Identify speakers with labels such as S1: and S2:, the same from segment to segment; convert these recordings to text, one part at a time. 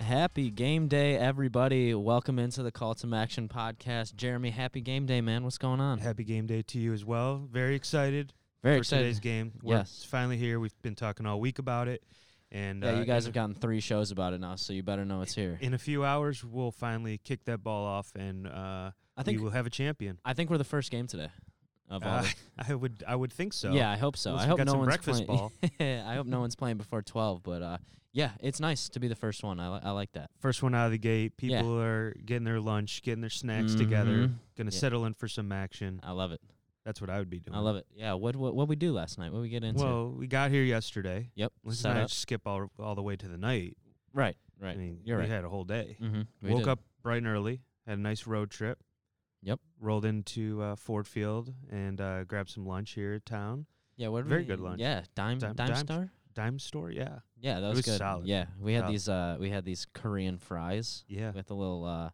S1: Happy game day, everybody. Welcome into the Call to Action podcast. Jeremy, happy game day, man. What's going on?
S2: Happy game day to you as well. Very excited
S1: Very
S2: for
S1: excited.
S2: today's game. We're
S1: Yes.
S2: finally here. We've been talking all week about it, and
S1: Yeah,
S2: uh,
S1: you guys
S2: in,
S1: have gotten three shows about it now, so you better know it's here.
S2: in a few hours we'll finally kick that ball off, and uh,
S1: I think
S2: we will have a champion.
S1: I think we're the first game today of all.
S2: Uh,
S1: the-
S2: I would I would think so.
S1: yeah, I hope so.
S2: Unless
S1: I
S2: we've
S1: hope
S2: got
S1: no
S2: some
S1: one's
S2: breakfast
S1: playing.
S2: ball.
S1: I hope no one's playing before twelve. But uh, yeah, it's nice to be the first one. I, li- I like that.
S2: First one out of the gate.
S1: Yeah.
S2: People are getting their lunch, getting their snacks together.
S1: Mhm.
S2: Going to
S1: Yeah.
S2: settle in for some action.
S1: I love it.
S2: That's what I would be doing.
S1: I love it. Yeah. What what what we do last night? What we get into?
S2: Well, we got here yesterday.
S1: yep.
S2: Let's
S1: set
S2: not
S1: up.
S2: skip all all the way to the night.
S1: Right.
S2: I
S1: Right.
S2: mean,
S1: You're
S2: we
S1: right.
S2: had a whole day.
S1: mm-hmm.
S2: Woke up bright and early, had a nice road trip.
S1: Yep.
S2: Rolled into uh, Ford Field and uh, grabbed some lunch here at town.
S1: Yeah. What did
S2: very
S1: we-
S2: good lunch.
S1: Yeah. Dime
S2: Dime-
S1: dime,
S2: dimes.
S1: star.
S2: Dime store, yeah,
S1: Yeah, that
S2: It
S1: was,
S2: was
S1: good.
S2: solid.
S1: Yeah, we had
S2: Solid.
S1: these uh we had these Korean fries
S2: yeah.
S1: with a little uh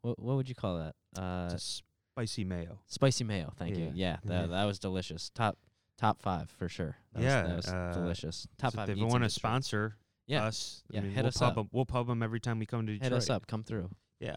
S1: what what would you call that? Uh
S2: It's a spicy mayo.
S1: spicy mayo. Thank
S2: yeah.
S1: you. Yeah, that
S2: Yeah.
S1: that was delicious. Top top 5 for sure. That
S2: Yeah,
S1: was, that
S2: uh,
S1: was delicious. Top
S2: So
S1: 5
S2: if they
S1: eats in
S2: want to
S1: Detroit.
S2: sponsor
S1: Yeah.
S2: us,
S1: Yeah, hit
S2: we'll
S1: us
S2: pub
S1: up.
S2: 'em- we'll pub them every time we come to
S1: Hit
S2: Detroit.
S1: us up, come through.
S2: Yeah.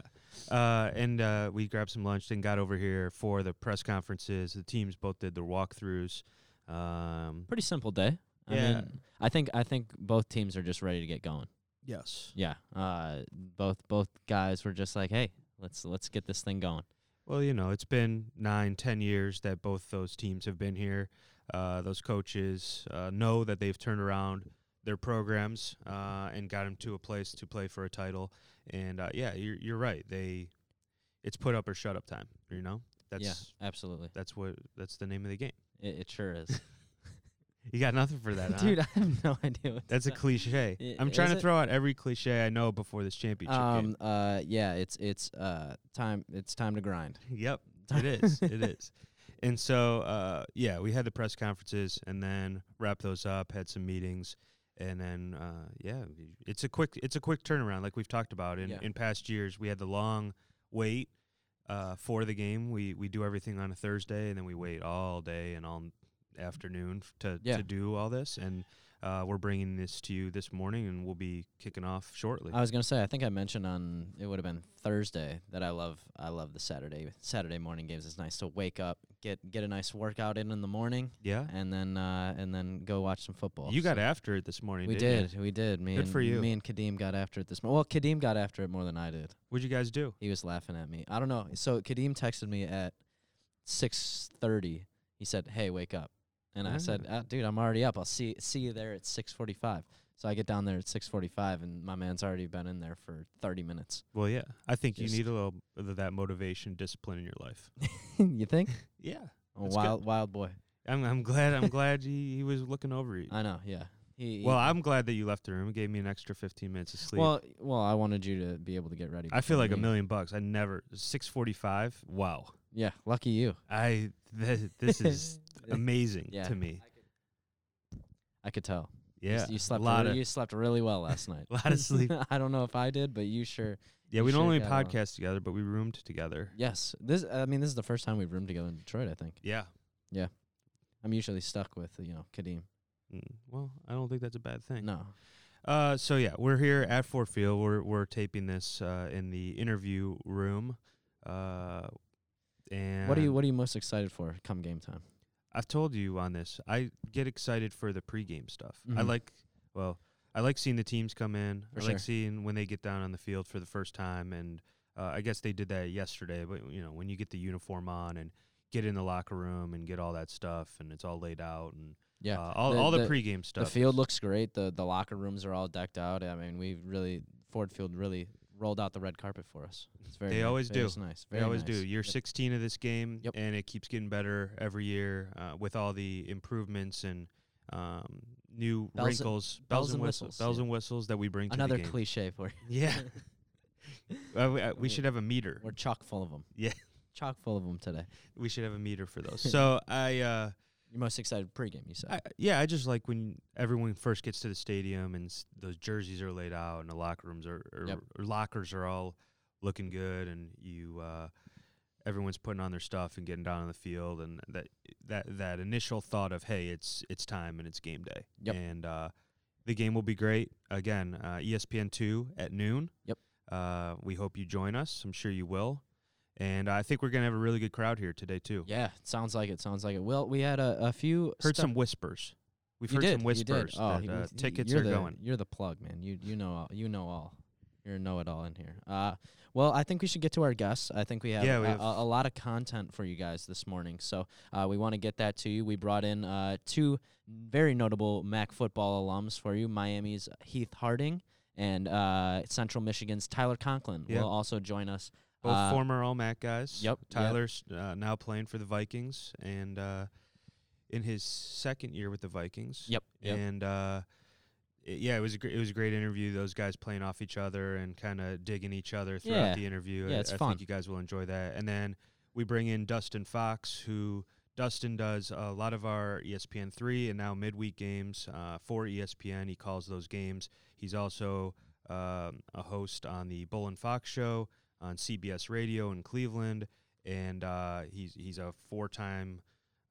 S2: Uh, and uh, we grabbed some lunch and got over here for the press conferences. The teams both did their walkthroughs. Um,
S1: Pretty simple day. I
S2: Yeah.
S1: mean, I think I think both teams are just ready to get going.
S2: yes.
S1: Yeah. Uh both both guys were just like, "Hey, let's let's get this thing going."
S2: Well, you know, it's been nine, ten years that both those teams have been here. Uh, those coaches uh, know that they've turned around their programs uh, and got them to a place to play for a title. And uh, yeah, you're, you're right. They, it's put up or shut up time. You know, that's
S1: yeah, absolutely.
S2: that's what that's the name of the game.
S1: It, it sure is.
S2: You got nothing for that, huh?
S1: Dude, I have no idea what to
S2: That's a
S1: say.
S2: cliche.
S1: I-
S2: I'm trying
S1: is
S2: to
S1: it?
S2: throw out every cliche I know before this championship game.
S1: Um. Uh. Yeah. It's it's uh time. It's time to grind.
S2: Yep, it is. It is. And so, uh, yeah, we had the press conferences and then wrap those up, had some meetings, and then uh, yeah, we- it's a quick it's a quick turnaround, like we've talked about in,
S1: Yeah.
S2: in past years. We had the long wait uh, for the game. We we do everything on a Thursday, and then we wait all day and all afternoon f- to
S1: Yeah.
S2: to do all this. And uh, we're bringing this to you this morning, and we'll be kicking off shortly.
S1: I was gonna say. I think I mentioned on it would have been Thursday that I love I love the Saturday Saturday morning games. It's nice to wake up, get get a nice workout in in the morning,
S2: yeah,
S1: and then uh and then go watch some football.
S2: you
S1: So
S2: got after it this morning.
S1: We
S2: didn't you?
S1: did. We did. Me
S2: Good
S1: and
S2: for you.
S1: me and Kadeem got after it this morning. Well, Kadeem got after it more than I did.
S2: What'd you guys do?
S1: He was laughing at me. I don't know. So Kadeem texted me at six thirty. He said, "Hey, wake up," and I
S2: Mm.
S1: said, uh, "Dude, I'm already up. I'll see see you there at six forty-five. So I get down there at six forty-five, and my man's already been in there for thirty minutes.
S2: Well, yeah, I think
S1: Just-
S2: you need a little of that motivation, discipline in your life.
S1: you think?
S2: yeah,
S1: A
S2: That's good.
S1: wild, wild boy.
S2: I'm. I'm glad. I'm glad he, he was looking over you.
S1: I know. Yeah. He, he-
S2: Well, I'm glad that you left the room. It gave me an extra 15 minutes of sleep.
S1: well, well, I wanted you to be able to get ready.
S2: I
S1: before
S2: feel like a
S1: me.
S2: million bucks. I never 645. Wow.
S1: Yeah, lucky you.
S2: I th- this is amazing
S1: Yeah.
S2: to me.
S1: I could tell. You
S2: Yeah,
S1: s- you slept.
S2: a lot
S1: really,
S2: of
S1: you slept really well last night.
S2: lot of sleep.
S1: I don't know if I did, but you sure.
S2: yeah.
S1: you
S2: We don't
S1: sure
S2: only
S1: got a lot.
S2: podcast together, but we roomed together.
S1: Yes. This. I mean, this is the first time we've roomed together in Detroit. I think.
S2: Yeah.
S1: I'm usually stuck with you know Kadeem.
S2: Mm, Well, I don't think that's a bad thing.
S1: No,
S2: Uh, so yeah, we're here at Fort Field. We're we're taping this uh, in the interview room. Uh, and
S1: what are you what are you most excited for come game time?
S2: I've told you on this. I get excited for the pregame stuff. I
S1: Mhm.
S2: like well, I like seeing the teams come in.
S1: For
S2: I
S1: sure.
S2: like seeing when they get down on the field for the first time, and uh, I guess they did that yesterday. But you know, when you get the uniform on and get in the locker room and get all that stuff, and it's all laid out and
S1: Yeah,
S2: uh, all
S1: the-
S2: all the,
S1: the-
S2: pregame stuff.
S1: the field looks great. the The locker rooms are all decked out. I mean, we really Ford Field really rolled out the red carpet for us. It's very
S2: They
S1: ni-
S2: always
S1: very
S2: do.
S1: Nice.
S2: They
S1: very
S2: always
S1: nice.
S2: do. You're
S1: Yep.
S2: 16 of this game,
S1: Yep.
S2: and it keeps getting better every year uh, with all the improvements and um, new
S1: Bells and-
S2: wrinkles, bells, and whistles, bells
S1: yeah.
S2: and whistles that we bring to
S1: Another
S2: the game.
S1: cliche for you.
S2: yeah, Uh, we, uh, we
S1: We're-
S2: should have a meter.
S1: We're chock full of them.
S2: Yeah.
S1: chock full of them today.
S2: We should have a meter for those. so I, uh,
S1: You're most excited pregame. You said.
S2: I, yeah, I just like when everyone first gets to the stadium and s- those jerseys are laid out and the locker rooms are, are
S1: Yep.
S2: or lockers are all looking good and you uh, everyone's putting on their stuff and getting down on the field and that that that initial thought of hey it's it's time and it's game day
S1: Yep.
S2: and uh, The game will be great. Again, uh, ESPN two at noon.
S1: Yep.
S2: Uh, we hope you join us. I'm sure you will. And I think we're gonna have a really good crowd here today too.
S1: Yeah, sounds like it. Sounds like it. Well, we had a, a few
S2: Heard
S1: stuff-
S2: some whispers. We've
S1: you
S2: heard
S1: did,
S2: some whispers
S1: You did. Oh,
S2: that
S1: he-
S2: uh,
S1: we-
S2: tickets
S1: you're
S2: are
S1: the,
S2: going.
S1: You're the plug, man. You you know all, you know all. You're a know it all in here. Uh, well, I think we should get to our guests. I think we have,
S2: Yeah, we
S1: a-
S2: have-
S1: A, a lot of content for you guys this morning, so uh, we want to get that to you. We brought in uh, two very notable Mac football alums for you: Miami's Heath Harding and uh, Central Michigan's Tyler Conklin
S2: Yep.
S1: will also join us.
S2: Both
S1: uh,
S2: former All Mac guys.
S1: yep, yep.
S2: Tyler's Uh, now playing for the Vikings and uh, in his second year with the Vikings.
S1: Yep. yep.
S2: and uh, i- yeah, it was a gr- it was a great interview. Those guys playing off each other and kind of digging each other throughout
S1: Yeah.
S2: the interview.
S1: Yeah,
S2: I-
S1: it's
S2: I
S1: fun.
S2: think you guys will enjoy that. And then we bring in Dustin Fox, who Dustin does a lot of our E ESPN three and now midweek games uh, for ESPN. He calls those games. He's also um, a host on the Bull and Fox show on CBS Radio in Cleveland, and uh, he's he's a four time.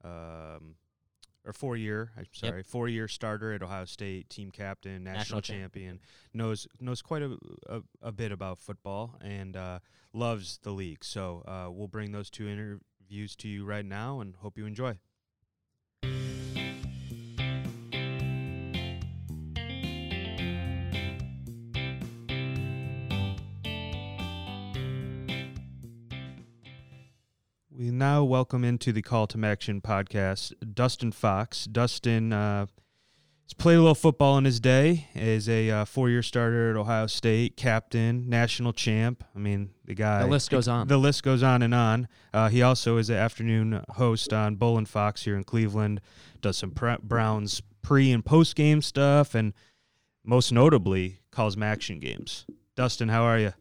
S2: Um, or four year, I'm sorry, four year starter at Ohio State, team captain, national,
S1: National champ.
S2: champion, knows knows quite a, a, a bit about football and uh, loves the league. So uh, we'll bring those two interviews to you right now and hope you enjoy. We now welcome into the Call to Action podcast Dustin Fox. Dustin uh, has played a little football in his day, is a uh, four year starter at Ohio State, captain, national champ. I mean, the guy.
S1: the list goes on.
S2: The list goes on and on. Uh, he also is an afternoon host on Bull and Fox here in Cleveland. Does some pre- Browns pre and post game stuff, and most notably calls action games. Dustin, how are you?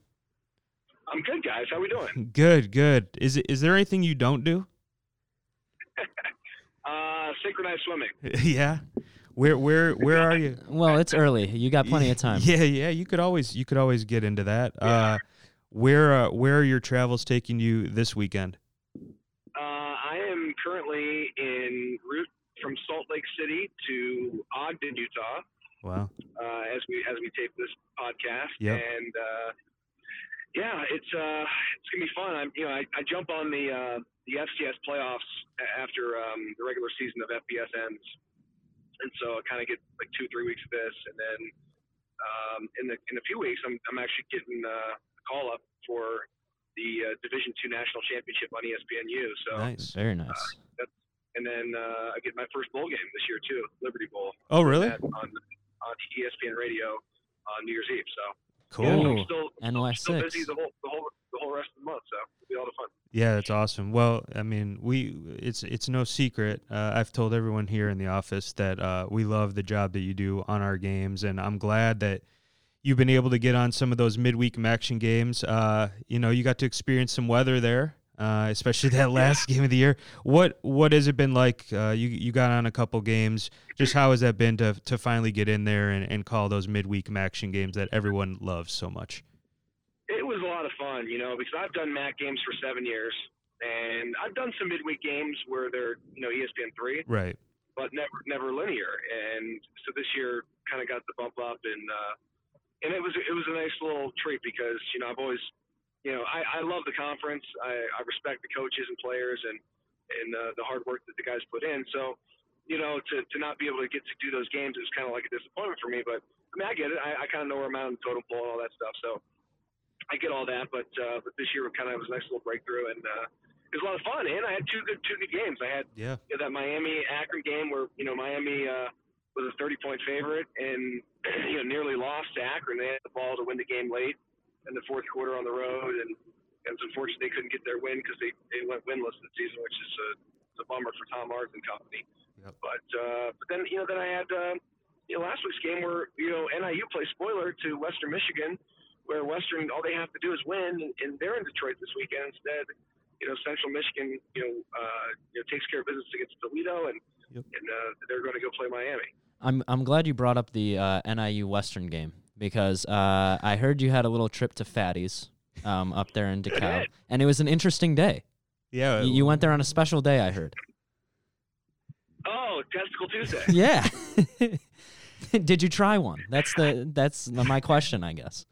S3: I'm good, guys. How we doing?
S2: Good, good. Is it, is there anything you don't do?
S3: Uh, synchronized swimming.
S2: yeah. Where where where are you?
S1: well, it's early. You got plenty of time.
S2: Yeah, yeah. You could always you could always get into that. Uh, where uh, where are your travels taking you this weekend?
S3: Uh, I am currently in route from Salt Lake City to Ogden, Utah,
S2: Wow.
S3: uh, as we as we tape this podcast.
S2: Yep.
S3: And uh, yeah, it's uh, it's gonna be fun. I'm, you know, I, I jump on the uh, the FCS playoffs a- after um, the regular season of FBS ends, and so I kind of get like two three weeks of this, and then um, in the in a few weeks, I'm I'm actually getting uh, a call up for the uh, Division two national championship on E ESPNU. Oh, So
S2: Nice.
S1: Very nice.
S3: and then uh, I get my first bowl game this year too, Liberty Bowl,
S2: Oh, really?
S3: at- on on E ESPN Radio on New Year's Eve. So yeah, so
S2: Cool.
S3: I'm still
S1: NY
S3: still
S1: six.
S3: busy the whole the whole the whole rest of the month, so it'll be all the fun.
S2: Yeah, that's awesome. Well, I mean, we it's it's no secret. Uh, I've told everyone here in the office that uh, we love the job that you do on our games, and I'm glad that you've been able to get on some of those midweek action games. Uh, you know, you got to experience some weather there, uh, especially that last game of the year. What what has it been like? Uh, you you got on a couple games. Just how has that been to to finally get in there and, and call those midweek action games that everyone loves so much?
S3: It was a lot of fun, you know, because I've done MAC games for seven years, and I've done some midweek games where they're you know E ESPN three,
S2: Right.
S3: but never never linear. And so this year kind of got the bump up, and uh, and it was it was a nice little treat because you know I've always you know I, I love the conference. I, I respect the coaches and players and and uh, the hard work that the guys put in. So you know to to not be able to get to do those games it was kind of like a disappointment for me. But I mean I get it. I, I kind of know where I'm at in the totem pole and all that stuff. So I get all that. But uh, but this year kind of was a nice little breakthrough and. Uh, it was a lot of fun, and I had two good two good games. I had
S2: Yeah.
S3: you know, that Miami Akron game where you know Miami uh, was a 30 point favorite and you know nearly lost to Akron. They had the ball to win the game late in the fourth quarter on the road, and, and it's unfortunate they couldn't get their win because they they went winless this season, which is a, it's a bummer for Tom Ars and company.
S2: Yep.
S3: But uh, but then you know then I had um, you know last week's game where you know NIU plays spoiler to Western Michigan, where Western all they have to do is win, and, and they're in Detroit this weekend instead. You know Central Michigan, you know, uh, you know takes care of business against Toledo, and
S2: Yep.
S3: and uh, they're going to go play Miami.
S1: I'm I'm glad you brought up the uh, NIU Western game because uh, I heard you had a little trip to Fatty's um, up there in DeKalb, and it was an interesting day.
S2: Yeah.
S1: You, you went there on a special day, I heard.
S3: Oh, Testicle Tuesday.
S1: Yeah, Did you try one? That's the that's the- my question, I guess.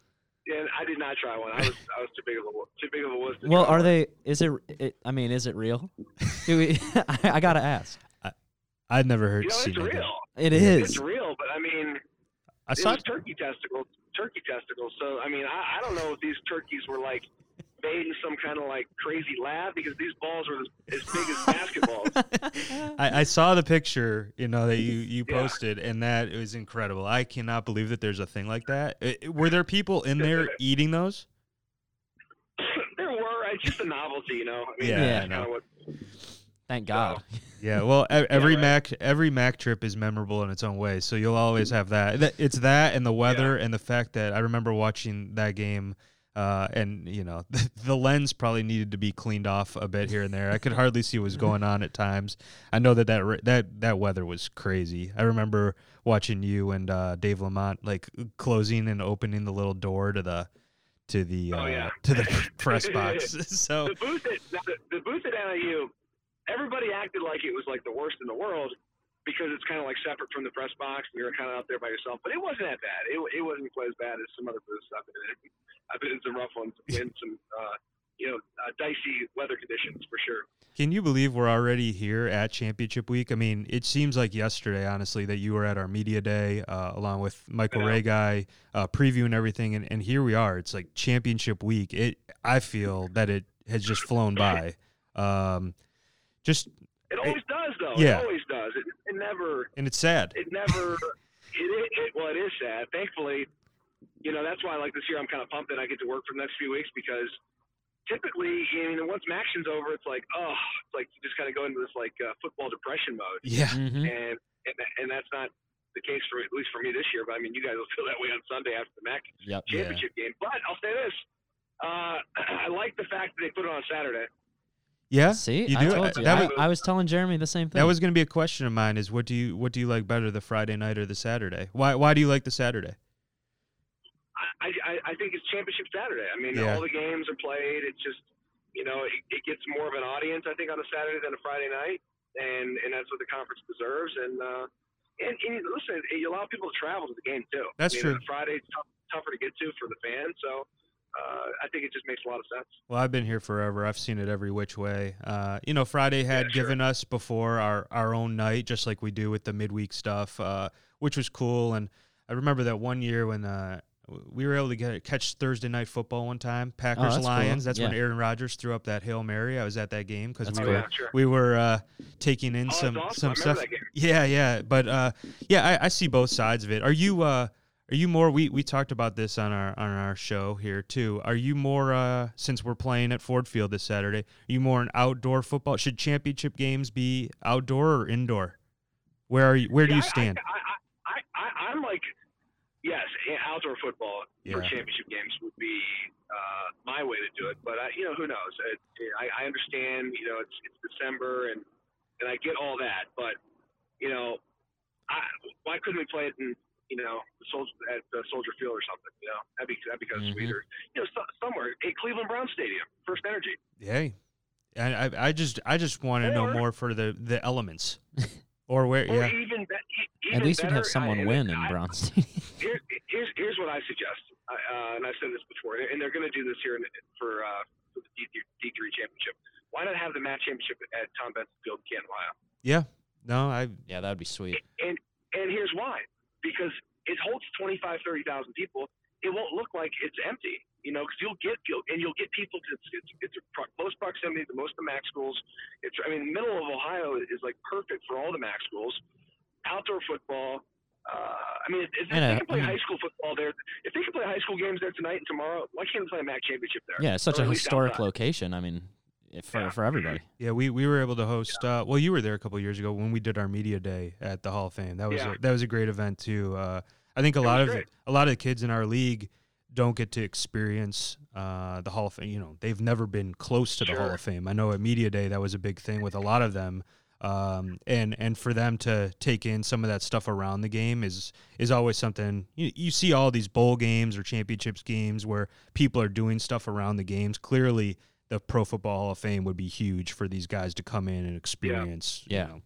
S3: And I did not try one. I was I was too big of a wo- too big of a wuss. to
S1: Well,
S3: try
S1: are
S3: one.
S1: they? Is it? it I mean, is it real? Do we, I, I gotta ask.
S2: I've never heard
S3: You know,
S2: seen
S3: it's
S2: like that.
S3: real.
S1: It
S3: It's
S1: is.
S3: real, but I mean,
S2: I
S3: it
S2: saw
S3: was turkey testicles, turkey testicles. So I mean, I, I don't know if these turkeys were like made in some kind of like crazy lab because these balls were as, as big as basketballs.
S2: I, I saw the picture, you know, that you, you
S3: Yeah.
S2: posted, and that it was incredible. I cannot believe that there's a thing like that. I- I- were there people in there eating those?
S3: there were. It's just a novelty, you know. I mean,
S2: Yeah,
S3: that's
S1: I
S3: kinda
S2: know.
S3: what-
S1: Thank God.
S2: Yeah. Well, e- every
S3: right.
S2: Mac every Mac trip is memorable in its own way, so you'll always have that. Th- It's that and the weather and the fact that I remember watching that game. Uh, and you know the, lens probably needed to be cleaned off a bit here and there. I could hardly see what was going on at times. I know that that re- that that weather was crazy. I remember watching you and uh, Dave Lamont like closing and opening the little door to the to the
S3: Oh,
S2: uh,
S3: yeah.
S2: to the press box. so
S3: the booth at now, the, the booth at NIU, everybody acted like it was like the worst in the world because it's kind of like separate from the press box. and You're kind of out there by yourself, but it wasn't that bad. It, wa- it wasn't quite as bad as some other booths I've been in. I've been in some rough ones in some uh, you know uh, dicey weather conditions for sure.
S2: Can you believe we're already here at Championship Week? I mean, it seems like yesterday, honestly, that you were at our media day uh, along with Michael
S3: I know.
S2: Ray guy uh, previewing everything, and, and here we are. It's like Championship Week. It I feel that it has just flown by. Um, just
S3: It always does though.
S2: yeah.
S3: It always does. It, it never
S2: and it's sad.
S3: it never it, it, it well it is sad thankfully you know that's why like this year i'm kind of pumped that i get to work for the next few weeks because typically you know once action's over it's like oh it's like you just kind of go into this like uh, football depression mode
S2: Yeah,
S1: Mhm.
S3: and, and and that's not the case for at least for me this year but i mean you guys will feel that way on sunday after the mac
S1: Yep.
S2: Yeah.
S3: championship game but i'll say this uh, I like the fact that they put it on Saturday.
S2: yeah.
S1: See,
S2: you
S1: I
S2: do.
S1: told you.
S2: That
S1: I,
S2: was-
S1: I was telling Jeremy the same thing.
S2: That was going to be a question of mine: is what do you what do you like better, the Friday night or the Saturday? Why why do you like the Saturday?
S3: I, I, I think it's championship Saturday. I mean,
S2: Yeah.
S3: all the games are played. It's just, you know, it, it gets more of an audience, I think, on a Saturday than a Friday night, and and that's what the conference deserves. And uh, and, and listen, you allow people to travel to the game too.
S2: That's
S3: I mean,
S2: true.
S3: Friday's tough, tougher to get to for the fans, so uh, I think it just makes a lot of sense.
S2: Well, I've been here forever. I've seen it every which way. Uh, you know, Friday had
S3: sure.
S2: given us before our, our own night, just like we do with the midweek stuff, uh, which was cool. And I remember that one year when uh, w- we were able to get, catch Thursday night football one time, Packers
S1: Oh, that's cool.
S2: Lions. That's when
S1: Yeah.
S2: Aaron Rodgers threw up that hail mary. I was at that game because
S1: That's
S2: we
S1: cool.
S2: were
S3: yeah, sure.
S2: we were uh, taking in
S3: Oh,
S2: some
S3: that's awesome. I
S2: some
S3: remember
S2: stuff.
S3: that game.
S2: Yeah, yeah, but uh, yeah, I, I see both sides of it. Are you uh, are you more? We, we talked about this on our on our show here too. Are you more uh, since we're playing at Ford Field this Saturday? Are you more an outdoor football? Should championship games be outdoor or indoor? Where are you? Where do
S3: Yeah,
S2: you
S3: I-
S2: stand?
S3: I, I, I, I, I'm like, yes, a- outdoor football
S2: Yeah.
S3: for championship games would be uh, my way to do it. But I, you know, who knows? It, I, I understand. You know, it's it's December, and and I get all that. But you know, I, why couldn't we play it in you know the Sol- at the Soldier Field or something? You know, that'd be that'd be kind
S1: Mhm.
S2: Mm-hmm.
S3: of sweeter. You know, so, somewhere at Cleveland Brown Stadium, First Energy.
S2: Hey, I, I I just I just want to know
S3: Or-
S2: more for the the elements or where.
S3: Or
S2: Yeah,
S3: even, be- e- even
S1: At least we'd have
S3: better,
S1: someone
S3: I-
S1: win in
S3: I-
S1: Brown Stadium.
S3: Here, here's here's what I suggest, I, uh, and I've said this before, and they're going to do this here in, for uh, for the D D three championship. Why not have the match championship at Tom Benson Field, in Canton, Ohio?
S2: yeah. No, I
S1: yeah, that'd be sweet.
S3: And and here's why, because it holds 25, 30,000 people. It won't look like it's empty, you know, because you'll get you'll, and you'll get people. To, it's it's, it's a pro- close proximity to most of the MAC schools. It's I mean, the middle of Ohio is like perfect for all the MAC schools. Outdoor football. Uh, I mean, if, if
S1: And, uh,
S3: they can play
S1: I mean-
S3: high school football there, if they can play high school games there tonight and tomorrow, why can't we play a MAC championship there?
S1: Yeah, it's such
S3: Or
S1: a
S3: at least
S1: historic
S3: outside.
S1: location. I mean, if, for
S3: Yeah.
S1: for everybody.
S2: Yeah, we, we were able to host. Uh, well, you were there a couple years ago when we did our media day at the Hall of Fame. That was
S3: Yeah.
S2: a, that was a great event too. Uh, I think a lot
S3: was
S2: of
S3: great.
S2: a lot of the kids in our league don't get to experience uh, the Hall of Fame. You know, they've never been close to the Hall
S3: Sure.
S2: of Fame. I know at media day that was a big thing with a lot of them. Um, and and for them to take in some of that stuff around the game is is always something you, you see all these bowl games or championships games where people are doing stuff around the games. Clearly, the Pro Football Hall of Fame would be huge for these guys to come in and experience. you
S1: Yeah.
S2: know,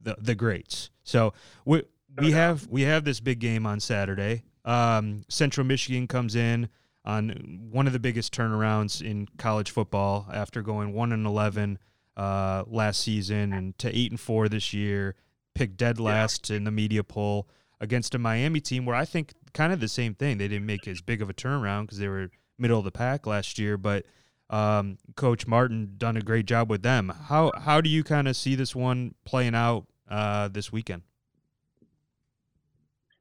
S2: the the greats. So wh- we have we have this big game on Saturday. Um, Central Michigan comes in on one of the biggest turnarounds in college football after going one and eleven uh, last season and to eight and four this year, picked dead last in the media poll against a Miami team where I think kind of the same thing. They didn't make as big of a turnaround because they were middle of the pack last year, but um, Coach Martin done a great job with them. How how do you kind of see this one playing out uh, this weekend?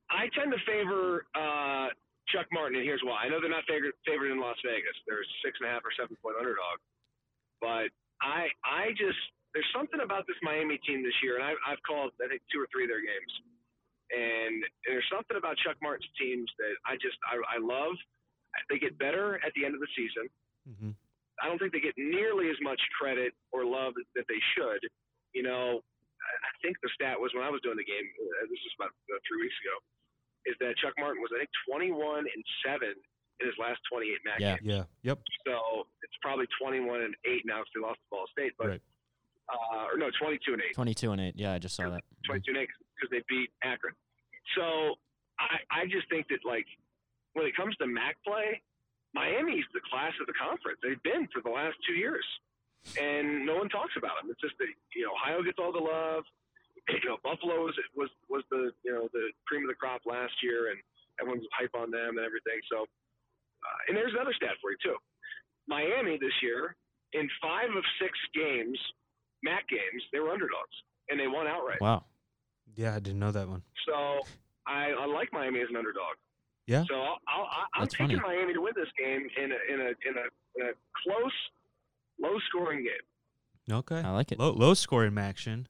S3: I tend to favor uh, Chuck Martin, and here's why. I know they're not favored, favored in Las Vegas. They're six and a half or seven point underdog, but I I just there's something about this Miami team this year, and I, I've called I think two or three of their games, and, and there's something about Chuck Martin's teams that I just I, I love. They get better at the end of the season.
S2: Mm-hmm.
S3: I don't think they get nearly as much credit or love that they should. You know, I I think the stat was when I was doing the game. uh, This is about uh, three weeks ago. Is that Chuck Martin was I think 21 and seven in his last 28 match
S1: Yeah.
S3: games.
S2: Yeah. Yep.
S3: So it's probably 21 and eight now because they lost to Ball State, but
S2: Right.
S3: uh, or no, 22 and eight.
S1: 22 and 8. Yeah, I just saw that.
S3: 22 next because they beat Akron. So I, I just think that like when it comes to MAC play, Miami's the class of the conference. They've been for the last two years, and no one talks about them. It's just that you know Ohio gets all the love. You know Buffalo was was was the you know the cream of the crop last year, and everyone's hype on them and everything. So uh, and there's another stat for you too. Miami this year in five of six games, MAC games, they were underdogs and they won outright.
S1: Wow.
S2: Yeah, I didn't know that one.
S3: So I, I like Miami as an underdog.
S2: Yeah.
S3: So I'll, I'll, I- I'm
S1: That's
S3: taking
S1: funny.
S3: Miami to win this game in a, in a in a, in a close, low scoring game.
S2: Okay.
S1: I like Um, it.
S2: Low, low scoring action.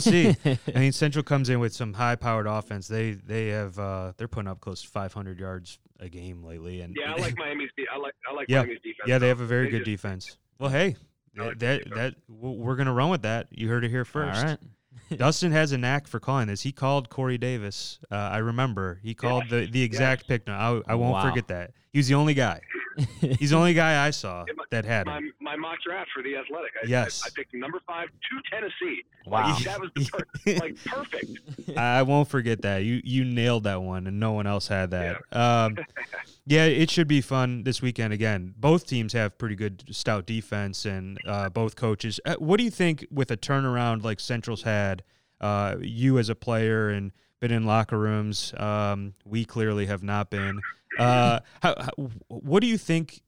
S2: see. I mean, Central comes in with some high powered offense. They they have uh, they're putting up close to 500 yards a game lately, and
S3: Yeah, I like Miami's. De- I like I like
S2: Yeah.
S3: Miami's defense.
S2: yeah, they have a very
S3: They
S2: good defense. Well, hey,
S3: I like
S2: that
S3: defense.
S2: that w- we're gonna run with that. You heard it here first.
S1: All right.
S2: Dustin has a knack for calling this. He called Corey Davis. Uh, I remember he called the, the exact pick. No, I, I won't
S1: Wow.
S2: forget that. He was the only guy. He's the only guy I saw
S3: Yeah, but
S2: that had
S3: My,
S2: him.
S3: my mock draft for the Athletic. I,
S2: Yes.
S3: I, I picked number five to Tennessee.
S1: Wow.
S3: That was the per- like perfect.
S2: I I won't forget that. You you nailed that one, and no one else had that. Um, yeah, it should be fun this weekend again. Both teams have pretty good stout defense, and uh, both coaches. Uh, What do you think with a turnaround like Central's had? Uh, you as a player and been in locker rooms. Um, we clearly have not been. Uh, how, how, what do you think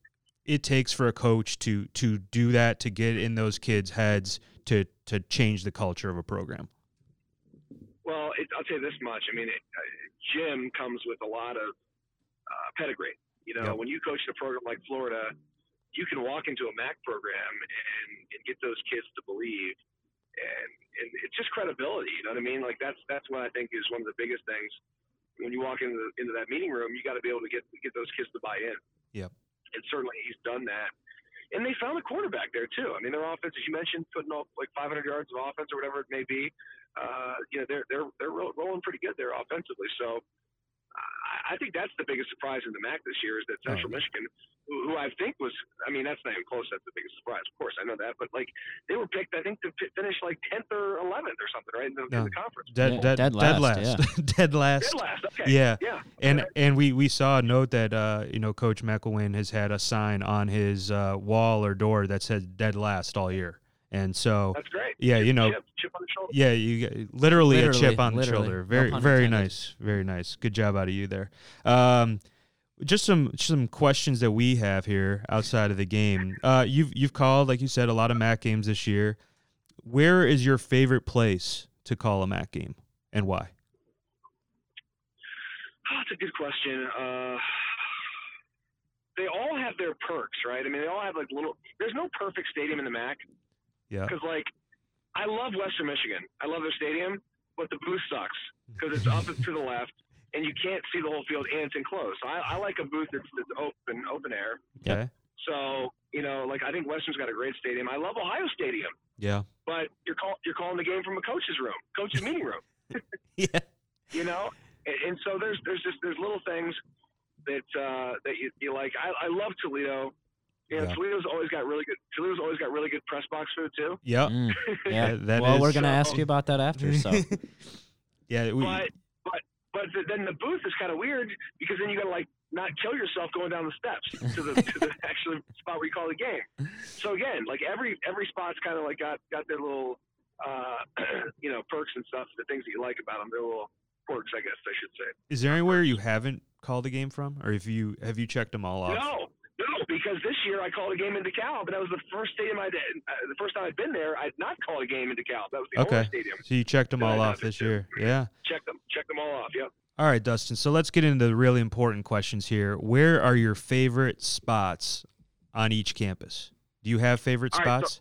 S2: it takes for a coach to to do that to get in those kids' heads to to change the culture of a program?
S3: Well, it, I'll tell you this much. I mean, it, uh, Jim comes with a lot of uh, pedigree. You know,
S2: Yep.
S3: when you coach in a program like Florida, you can walk into a MAC program and, and get those kids to believe, and, and it's just credibility. You know what I mean? Like that's that's what I think is one of the biggest things. When you walk into into that meeting room, you got to be able to get get those kids to buy in.
S2: Yep.
S3: And certainly he's done that. And they found a quarterback there too. I mean, their offense, as you mentioned, putting up like 500 yards of offense or whatever it may be uh, you know they're they're they're ro- rolling pretty good there offensively. So I, I think that's the biggest surprise in the MAC this year is that
S2: Oh,
S3: Central
S2: yeah.
S3: Michigan, who, who I think was I mean that's not even close. That's the biggest surprise, of course I know that, but like they were picked I think to p- finish like tenth or eleventh or something right in the, in
S2: No.
S3: the conference.
S1: Yeah,
S2: Dead, dead, dead
S1: dead last,
S2: last, dead last.
S3: Dead last, okay.
S2: Yeah,
S3: Yeah.
S2: and and we we saw a note that uh you know Coach McElwain has had a sign on his uh, wall or door that says "dead last" all year, and so
S3: That's great.
S2: yeah, you know,
S3: Chip, chip on the shoulder.
S2: yeah, you get- literally, a
S1: Literally,
S2: chip on the
S1: literally.
S2: shoulder.
S1: No
S2: Very
S1: pun
S2: very
S1: intended.
S2: nice, very nice. Good job out of you there. Um, just some some questions that we have here outside of the game. Uh, you've you've called like you said a lot of MAC games this year. Where is your favorite place to call a MAC game and why?
S3: Oh, that's a good question. Uh, they all have their perks, right? I mean, they all have like little. There's no perfect stadium in the MAC.
S2: Yeah.
S3: Because like, I love Western Michigan. I love their stadium, but the booth sucks because it's up and to the left, and you can't see the whole field, and it's enclosed. So I, I like a booth that's, that's open, open air.
S1: Yeah.
S2: Okay.
S3: So you know, like I think Western's got a great stadium. I love Ohio Stadium,
S2: Yeah.
S3: but you're call, you're calling the game from a coach's room, coach's meeting room
S2: Yeah.
S3: you know and, and so there's there's just there's little things that uh that you, you like I, I love toledo you know
S2: Yeah.
S3: toledo's always got really good toledo's always got really good press box food too
S2: Yep.
S1: Mm, yeah.
S2: That- that
S1: well,
S2: is-
S1: we're going to
S3: So-
S1: ask you about that after. So
S2: yeah. We,
S3: but but but th- then the booth is kind of weird because then you got to like not kill yourself going down the steps to the to the actual spot where you call the game. So again, like every every spot's kind of like got got their little uh, you know perks and stuff, the things that you like about them, their little quirks, I guess I should say.
S2: Is there anywhere you haven't called a game from, or if you have you checked them all off?
S3: No, no, because this year I called a game in DeKalb, and that was the first stadium I did. Uh, the first time I'd been there, I'd not called a game in DeKalb. That was the
S2: Okay.
S3: only stadium.
S2: So you checked them
S3: No, I
S2: all off
S3: haven't,
S2: this
S3: yeah.
S2: year. Yeah.
S3: Check them, check them all off. Yep.
S2: All right, Dustin. So let's get into the really important questions here. Where are your favorite spots on each campus? Do you have favorite
S3: All right,
S2: spots?
S3: so-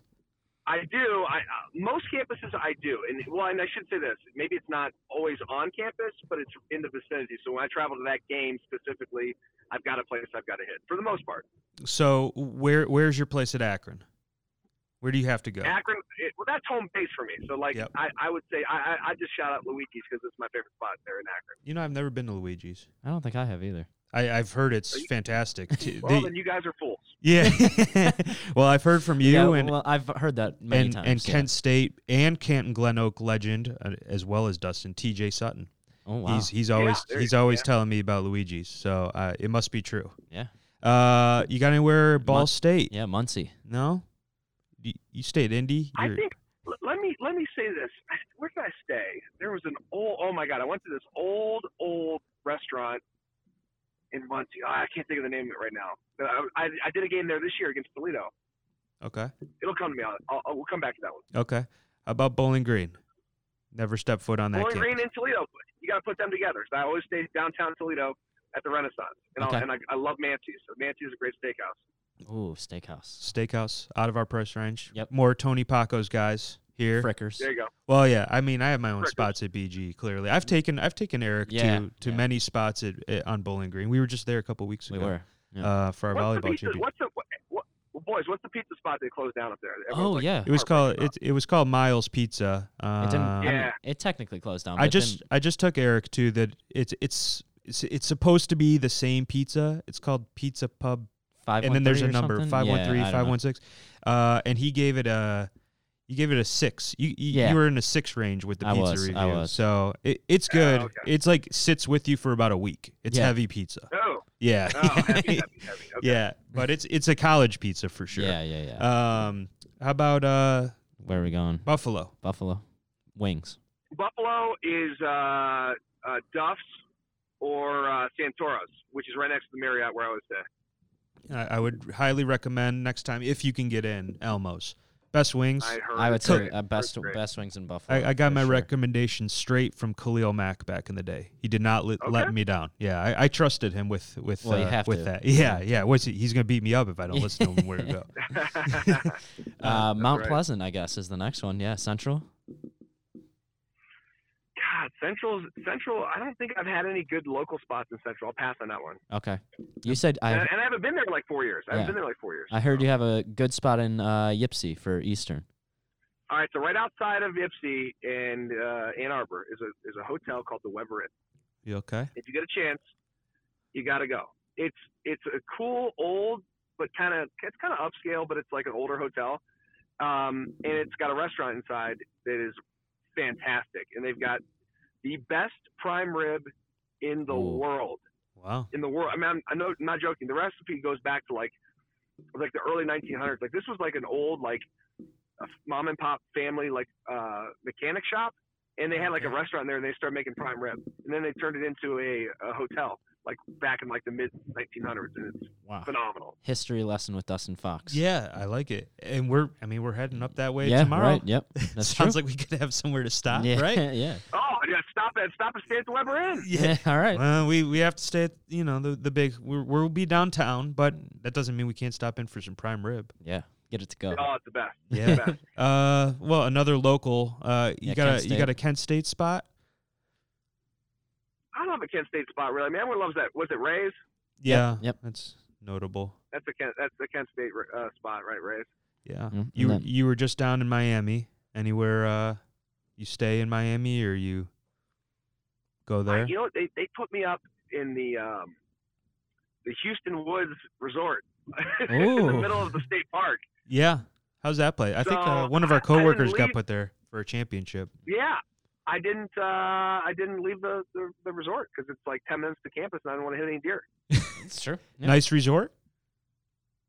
S3: I do. I uh, most campuses I do, and well, and I should say this. Maybe it's not always on campus, but it's in the vicinity. So when I travel to that game specifically, I've got a place I've got to hit for the most part.
S2: So, where where's your place at Akron? Where do you have to go?
S3: Akron, it, well, that's home base for me. So like,
S2: Yep.
S3: I, I would say I, I I just shout out Luigi's because it's my favorite spot there in Akron.
S2: You know, I've never been to Luigi's.
S1: I don't think I have either.
S2: I, I've heard it's
S3: Are you-
S2: fantastic. T-
S3: Well,
S2: they-
S3: then you guys are fools.
S2: yeah. well, I've heard from you
S1: yeah,
S2: and
S1: well, I've heard that many
S2: and,
S1: times.
S2: and
S1: yeah.
S2: Kent State and Canton Glen Oak legend, uh, as well as Dustin T.J. Sutton.
S1: Oh wow.
S2: He's he's always
S3: there you
S2: he's
S3: go,
S2: always
S3: yeah.
S2: telling me about Luigi's, so uh, it must be true.
S1: Yeah.
S2: Uh, you got anywhere? Ball
S1: Mon-
S2: State?
S1: yeah, Muncie.
S2: No. You, you stayed Indy.
S3: I
S2: You're-
S3: think. l- Let me let me say this. I, where did I stay? There was an old. Oh my god! I went to this old old restaurant in Muncie. Oh, I can't think of the name of it right now. But I, I I did a game there this year against Toledo.
S2: okay.
S3: It'll come to me. I'll, I'll, I'll- we'll come back to that one.
S2: Okay. How about Bowling Green? Never step foot on that.
S3: Bowling
S2: campus.
S3: Green and Toledo. You got to put them together. So I always stay downtown Toledo at the Renaissance, and,
S1: Okay.
S3: I'll, and I, I love Mancy's. So Mancy's is a great steakhouse.
S1: Ooh, steakhouse.
S2: steakhouse out of our price range.
S1: Yep.
S2: More Tony Paco's guys here.
S1: Frickers.
S3: There you go.
S2: Well, yeah. I mean, I have my own
S3: Frickers.
S2: spots at BG. Clearly, I've taken I've taken Eric
S1: Yeah,
S2: to to
S1: yeah.
S2: many spots at, at- on Bowling Green. We were just there a couple weeks
S1: We
S2: ago.
S1: were. yeah.
S2: uh, for our
S3: What's the
S2: volleyball
S3: pizza?
S2: championship.
S3: What's the what, what, boys? What's the pizza spot they closed down up there?
S1: Oh
S3: Everyone's like,
S1: yeah.
S2: It was called
S3: heartbreaking
S2: it, it was called Miles Pizza. Uh,
S1: It didn't. I mean,
S3: Yeah.
S1: it technically closed down.
S2: I
S1: but then-
S2: just I just took Eric to that. It's it's. It's, it's supposed to be the same pizza. It's called Pizza Pub
S1: five.
S2: and then there's a number five one three five one six, uh, and he gave it a you gave it a six. You you,
S1: Yeah.
S2: you were in a six range with the
S1: I
S2: pizza
S1: was,
S2: review,
S1: I was.
S2: so it, it's good.
S3: Oh, okay.
S2: It's like sits with you for about a week. It's
S1: Yeah.
S2: heavy pizza.
S3: Oh,
S2: Yeah,
S3: oh, heavy, heavy, heavy. Okay.
S2: yeah, but it's it's a college pizza for sure.
S1: Yeah, yeah, yeah.
S2: Um, how about uh
S1: Where are we going?
S2: Buffalo?
S1: Buffalo wings.
S3: Buffalo is uh, uh, Duff's or uh, Santoro's, which is right next to the Marriott where I was there.
S2: I, I would highly recommend next time if you can get in Elmo's best wings.
S3: I heard.
S1: I would
S3: it's
S1: say
S3: great.
S1: uh, best
S3: It's great.
S1: best wings in Buffalo.
S2: I, I got
S1: for
S2: my
S1: sure.
S2: recommendation straight from Khalil Mack back in the day. He did not let, let
S3: Okay.
S2: me down. Yeah, I, I trusted him with with
S1: Well, you
S2: uh,
S1: have
S2: with
S1: to.
S2: that. Yeah, yeah. What's he, he's gonna beat me up if I don't listen to him where to go.
S1: Uh, Mount
S3: right.
S1: Pleasant, I guess, is the next one. Yeah, Central.
S3: God, Central. Central. I don't think I've had any good local spots in Central. I'll pass on that one.
S1: Okay. You said
S3: And,
S1: I.
S3: and I haven't been there in like four years. I haven't
S1: Yeah.
S3: been there in like four years.
S1: I heard you have a good spot in uh, Yipsy for Eastern.
S3: All right, so right outside of Ipsy and uh, Ann Arbor is a is a hotel called the Weber Inn.
S2: You okay?
S3: if you get a chance, you got to go. It's it's a cool old, but kind of it's kind of upscale, but it's like an older hotel, um, and it's got a restaurant inside that is fantastic, and they've got the best prime rib in the
S1: Ooh.
S3: world.
S2: Wow.
S3: In the world, I mean, I'm, I know, I'm not joking. The recipe goes back to like like the early 1900s. Like this was like an old like a mom and pop family like uh, mechanic shop, and they had like a restaurant there, and they started making prime rib, and then they turned it into a, a hotel like back in like the mid 1900s, and it's
S1: Wow.
S3: phenomenal.
S1: History lesson with Dustin Fox.
S2: Yeah, I like it. And we're I mean we're heading up that way
S1: Yeah.
S2: tomorrow.
S1: Right. Yep. That's
S2: Sounds
S1: true.
S2: like we could have somewhere to stop,
S1: yeah,
S2: right?
S1: yeah.
S3: Oh yeah, stop at stop at Stan's Weber Inn.
S1: Yeah. All right.
S2: Well, we, we have to stay at you know the the big we're, we'll be downtown, but that doesn't mean we can't stop in for some prime rib.
S1: Yeah. Get it to go.
S3: Oh, it's the best.
S2: Yeah.
S3: Best.
S2: uh, well, another local. Uh, you
S1: Yeah,
S2: got
S1: Kent
S2: a you
S1: State.
S2: got a Kent State spot.
S3: I love a Kent State spot really. I mean, everyone loves that. Was it Ray's?
S2: Yeah.
S1: yep.
S2: That's notable.
S3: That's a Kent. That's a Kent State uh, spot, right? Ray's.
S2: Yeah.
S1: Mm,
S2: You
S1: and then-
S2: you were just down in Miami. Anywhere uh you stay in Miami or you go
S3: I-
S2: there?
S3: you know, they they put me up in the um, the Houston Woods Resort in the
S1: Ooh.
S3: middle of the state park.
S2: Yeah. How's that play? I think uh,
S3: So,
S2: one of our
S3: I- I didn't
S2: coworkers got
S3: leave-
S2: put there for a championship.
S3: Yeah, I didn't. Uh, I didn't leave the the, the resort because it's like ten minutes to campus, and I didn't want to hit any deer.
S1: It's true.
S2: Nice resort.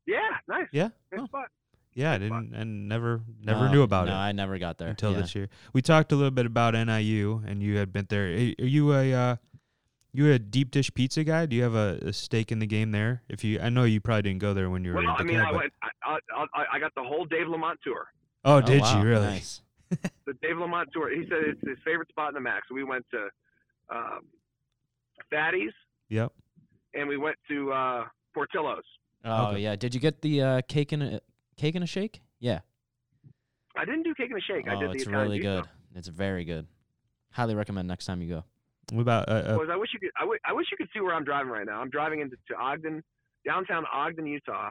S3: Yeah, nice.
S2: Yeah.
S3: Nice
S2: Oh,
S3: spot.
S2: yeah, I didn't and never never knew about
S1: no,
S2: it
S1: No, I never got there
S2: until
S1: Yeah.
S2: this year. We talked a little bit about NIU and you had been there. Are are you a uh, you a deep dish pizza guy? Do you have a, a stake in the game there? If you, I know you probably didn't go there when you were.
S3: Well,
S2: in
S3: I mean,
S2: Dakota,
S3: I
S2: but-
S3: went. I, I, I I got the whole Dave Lamont tour.
S2: Oh, did
S1: wow,
S2: you really?
S1: Nice.
S3: The Dave Lamont tour. He said it's his favorite spot in the MAC. So we went to um, Fatty's
S2: Yep.
S3: and we went to uh, Portillo's.
S1: Oh
S2: Okay.
S1: yeah. Did you get the uh, cake and a cake and a shake? Yeah.
S3: I didn't do cake and a shake. I
S1: oh,
S3: did the
S1: it's
S3: Italian
S1: really
S3: beef
S1: good.
S3: though.
S1: It's very good. Highly recommend next time you go.
S2: What about uh, uh,
S3: Was I wish you could. I wi- I wish you could see where I'm driving right now. I'm driving into to Ogden, downtown Ogden, Utah,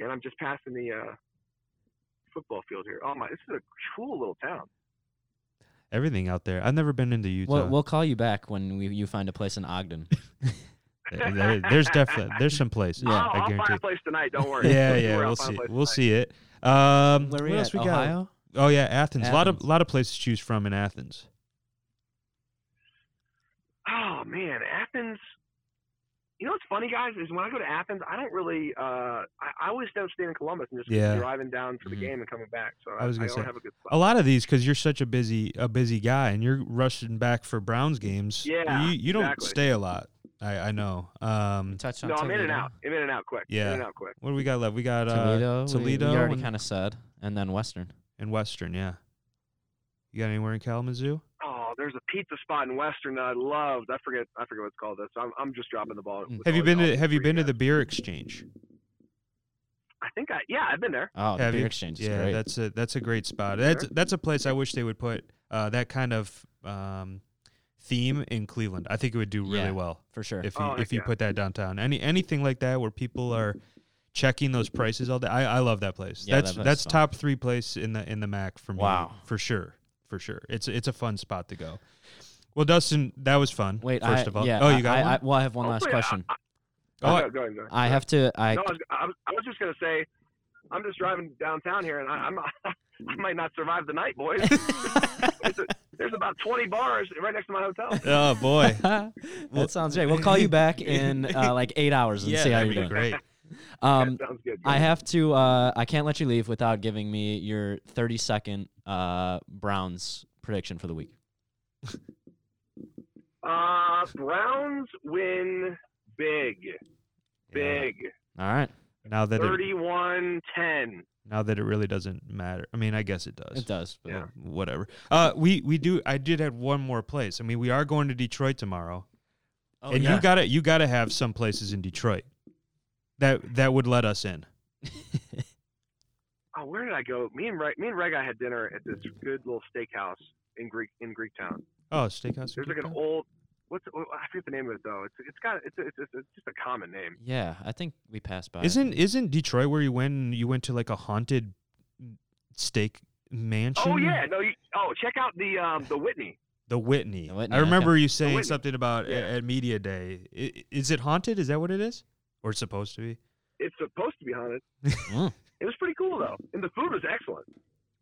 S3: and I'm just passing the uh, football field here. Oh my, this is a cool little town.
S2: everything out there? I've never been into Utah.
S1: We'll, we'll call you back when we, you find a place in Ogden.
S2: There- there- there's definitely there's some place.
S1: Yeah,
S3: I'll,
S2: I
S3: I'll
S2: guarantee.
S3: find a place tonight. Don't worry.
S2: yeah,
S3: Don't
S2: yeah,
S3: worry, I'll
S2: we'll
S3: find a
S2: see.
S3: place
S2: We'll
S3: tonight.
S2: see it. Um,
S1: Where
S2: what
S1: are we
S2: else
S1: at?
S2: we got?
S1: Ohio?
S2: Oh yeah, Athens. A lot of
S1: Athens.
S2: lot of places to choose from in Athens.
S3: Oh man, Athens. You know what's funny, guys, is when I go to Athens, I don't really. Uh, I, I always don't stay in Columbus and just keep
S2: Yeah. Mm-hmm.
S3: driving down for the
S1: Mhm.
S3: game and coming back. So
S2: I
S3: I,
S2: was gonna
S3: don't
S2: say,
S3: have a good spot.
S2: A lot of these because you're such a busy a busy guy and you're rushing back for Browns games.
S3: Yeah,
S2: you, you don't
S3: exactly.
S2: stay a lot. I I know. Um,
S1: Touch on
S3: no, I'm in
S1: Toledo.
S3: and out. I'm in and out quick.
S2: Yeah.
S3: In and out quick.
S2: what do we got left? We got uh,
S1: Toledo. we-
S2: Toledo
S1: We, already
S2: and,
S1: kind of said, and then Western.
S2: and Western. Yeah. You got anywhere in Kalamazoo?
S3: Oh, there's a pizza spot in Western that I loved. I forget. I forget what it's called. This. I'm, I'm just dropping the ball.
S1: Mm.
S3: with
S2: Have you
S3: all
S2: been
S3: y'all.
S2: to Have you
S3: Pretty
S2: been to
S3: good.
S2: the Beer Exchange?
S3: I think I. Yeah, I've been there.
S1: Oh, the
S2: Have
S1: beer
S2: you?
S1: exchange is
S2: yeah,
S1: great. Mm-hmm.
S2: that's a that's a great spot. That's that's a place I wish they would put uh, that kind of um, theme in Cleveland. I think it would do really
S1: Yeah.
S2: well
S1: for sure.
S2: if you,
S3: Oh, heck
S2: if you
S3: yeah.
S2: put that downtown. Any anything like that where people are checking those prices all day. I, I love that place.
S1: Yeah,
S2: that's
S1: that place
S2: that's
S1: is fun.
S2: top three place in the in the Mac for me.
S1: Wow.
S2: for sure, for sure. It's it's a fun spot to go. Well, Dustin, that was fun.
S1: Wait,
S2: first
S1: I,
S2: of all,
S1: yeah,
S2: oh,
S1: I-
S2: you got
S1: I,
S2: one.
S1: I, well, I have one last
S3: Hopefully, I-
S1: question.
S3: I,
S2: oh,
S3: oh,
S2: I-
S3: no, go ahead, go ahead.
S1: I, have to. I
S3: No, I was, I was, I was just gonna say, I'm just driving downtown here, and I, I'm I might not survive the night, boys. There's a- there's about 20 bars right next to my hotel.
S2: oh boy. Well-
S1: that sounds great. We'll call you back in uh, like eight hours and
S2: yeah,
S1: see how
S2: that'd
S1: you're
S2: be
S1: doing.
S2: great.
S1: Um,
S3: that sounds good.
S1: I have to. Uh, I can't let you leave without giving me your 30 second uh, Browns prediction for the week.
S3: Uh, Browns win big, big,
S1: All right.
S2: Now that it,
S3: 31-10.
S2: now that it really doesn't matter. I mean, I guess it does.
S1: It does. but-
S3: Yeah.
S2: Whatever. Uh, we we do. I did have one more place. I mean, we are going to Detroit tomorrow,
S1: Oh,
S2: and
S1: yeah.
S2: you gotta you gotta have some places in Detroit that that would let us in.
S3: Oh, where did I go? Me and Reg, me and Reg, I had dinner at this good little steakhouse in Greek in Greektown.
S2: Oh, steakhouse.
S3: There's like an old. What's oh, I forget the name of it though. It's it's got it's it's, it's, it's just a common name.
S1: Yeah, I think we passed by. it.
S2: Isn't isn't Detroit where you went? and You went to like a haunted steak mansion.
S3: Oh yeah, no. You, oh, check out the um the Whitney.
S2: the Whitney.
S1: The Whitney,
S2: I
S1: okay.
S2: remember you saying
S3: Whitney.
S2: something about a-
S3: Yeah.
S2: at media day. I- Is it haunted? Is that what it is, or it's supposed to be?
S3: It's supposed to be haunted.
S1: Mm.
S3: It was pretty cool though, and the food was excellent.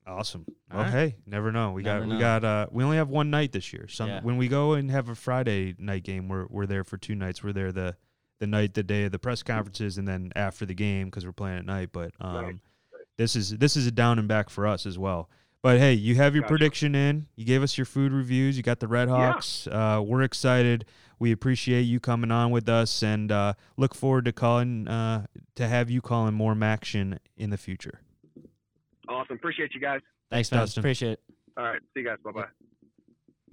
S2: Awesome.
S1: All
S2: well,
S1: right.
S2: hey, never know. We
S1: Never
S2: got
S1: know.
S2: we got uh we only have one night this year. So
S1: Yeah.
S2: when we go and have a Friday night game, we're we're there for two nights. We're there the the night, the day of the press conferences, and then after the game because we're playing at night. But um,
S3: Right.
S2: this is this is a down and back for us as well. But hey, you have your
S3: Gotcha.
S2: prediction in. You gave us your food reviews. You got the Red
S3: Yeah.
S2: Hawks. Uh, we're excited. We appreciate you coming on with us, and uh, look forward to calling uh, to have you calling more Maction in the future.
S3: Awesome. Appreciate you guys.
S1: Thanks, man.
S2: Dustin.
S1: Appreciate it.
S3: All right. See you guys. Bye bye.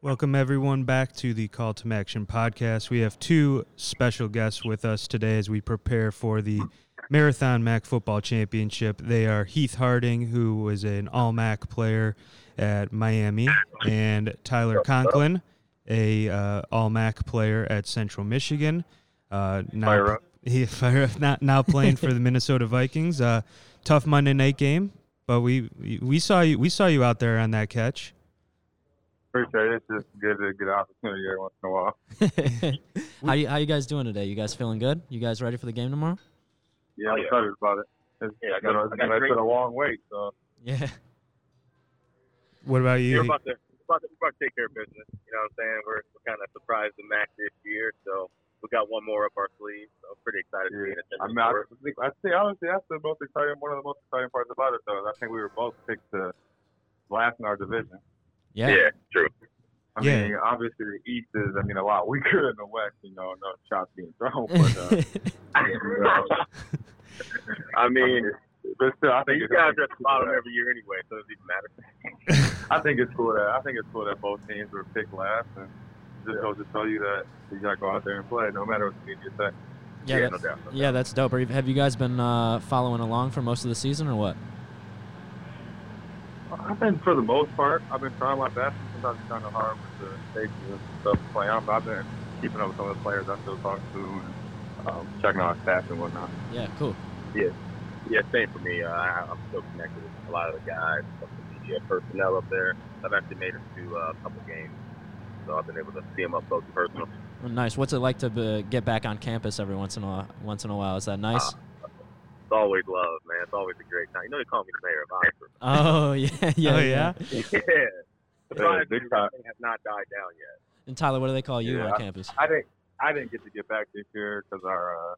S2: Welcome everyone back to the Call to Action podcast. We have two special guests with us today as we prepare for the Marathon Mac Football Championship. They are Heath Harding, who was an All Mac player at Miami, and Tyler Conklin, a uh, All Mac player at Central Michigan. Uh, now,
S3: Fire up.
S2: He, fire up, not now playing for the Minnesota Vikings. Uh, tough Monday night game, but we we saw you we saw you out there on that catch.
S4: for sure. This is good a good opportunity every once in a while.
S1: how you how you guys doing today? You guys feeling good? You guys ready for the game tomorrow?
S4: Yeah,
S3: Oh,
S4: I'm
S3: yeah.
S4: excited about it. It's
S3: Yeah, I
S4: been,
S3: got-
S4: a,
S3: I got
S4: it's
S3: great-
S4: been a long wait, so
S1: Yeah.
S2: What about you?
S5: We're about to we're about to, we're about to take care of business. You know what I'm saying? We're, we're kind of surprised the Mac this year, so we got one more up our sleeve. So I'm pretty excited to be in
S4: I
S5: attendance.
S4: mean, I
S5: for it.
S4: think I say honestly, that's the most exciting, one of the most exciting parts about it, though. I think we were both picked to last in our division.
S1: Yeah.
S5: true.
S4: I
S2: Yeah.
S4: mean, obviously the East is, I mean, a lot weaker than the West. You know, no shots being thrown, but uh, you know,
S5: I mean,
S4: but still, I
S5: so
S4: think
S5: you
S4: it's-
S5: guys are at the bottom every year anyway, so it doesn't even matter.
S4: I think it's cool that I think it's cool that both teams were picked last, and just goes to tell you that you got to go out there and play, no matter what the media say.
S1: Yeah.
S4: no
S1: that-
S4: doubt. no
S1: yeah, that's dope. Are you, have you guys been uh, following along for most of the season or what?
S4: doubt. I've been for the most part, I've been trying my best. Sometimes it's kind of hard with the safety and stuff playing out, but I've been keeping up with some of the players I still talk to and um, checking out stats and whatnot.
S1: Yeah, cool.
S5: Yeah, same for me. Uh, I- I'm still connected with a lot of the guys, some of the media personnel up there. I've actually made it to uh, a couple games, so I've been able to see them up close and personal.
S1: Well, nice. What's it like to be, get back on campus every once in a while? Once in a while, is that nice?
S5: It's always love, man. It's always a great time. You know they call me the mayor of Oxford.
S1: oh yeah, yeah,
S2: Oh,
S1: yeah.
S5: yeah. Surprised
S4: big
S5: this
S4: time.
S5: thing has not died down yet.
S1: And Tyler, what do they call you
S4: Yeah.
S1: on campus?
S4: I didn't I didn't get to get back this year because our uh,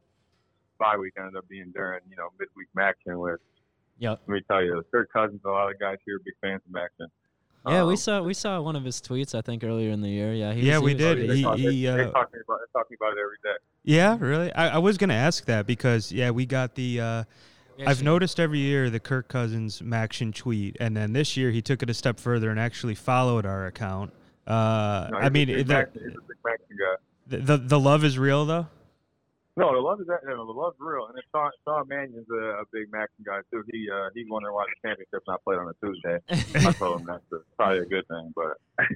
S4: bye week ended up being during you know midweek Maxion, which
S1: Yep.
S4: let me tell you, Kirk Cousins, a lot of guys here are big fans of Maxion.
S1: Yeah, we
S4: Um,
S1: saw we saw one of his tweets I think earlier in the year. Yeah, he
S2: Yeah,
S1: was, he
S2: we
S1: was-
S2: did.
S4: they
S2: He-
S4: talk, they-
S2: he,
S4: they
S2: uh,
S4: talk to me about they talk to me about it every day.
S2: yeah, really. I, I was gonna ask that because yeah, we got the. Uh,
S1: we
S2: I've
S1: actually-
S2: noticed every year the Kirk Cousins Maction tweet, and then this year he took it a step further and actually followed our account. Uh,
S4: No, he's
S2: I
S4: a
S2: mean,
S4: big
S2: the,
S4: Maxion- he's a big Maxion guy.
S2: the the the love is real though.
S4: No, the love is that. No, the love's real. And then Sean, Sean Mannion's a, a big Maxion guy too. He uh, he's wondering why the championship's not played on a Tuesday. I told him that's a- probably a good thing, but
S2: I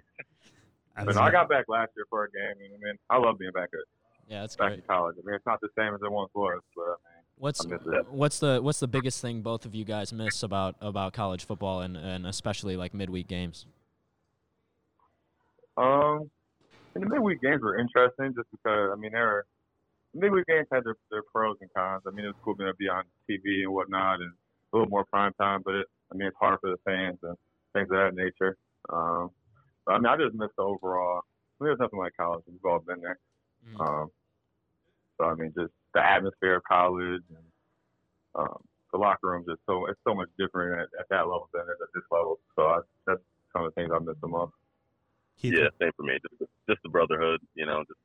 S4: but
S2: don't
S4: I
S2: know.
S4: got back last year for a game, and I mean, I love being back at
S1: Yeah, that's
S4: back
S1: great.
S4: in college. I mean, it's not the same as it once was, but I mean.
S1: What's
S4: I miss that.
S1: what's the what's the biggest thing both of you guys miss about about college football and and especially like midweek games?
S4: Um, and the midweek games were interesting just because I mean there are midweek games had their, their pros and cons. I mean it was cool being able to be on TV and whatnot and a little more prime time, but it, I mean it's hard for the fans and things of that nature. Um, but I mean I just miss the overall. I mean, there's nothing like college. We've all been there.
S2: Hmm.
S1: Mm.
S4: Um, so I mean just the atmosphere of college and um, the locker rooms is so it's so much different at, at that level than it is at this level. So I, that's some of the things I miss the most.
S2: Keith,
S5: Yeah, same for me. Just the, just the brotherhood, you know, just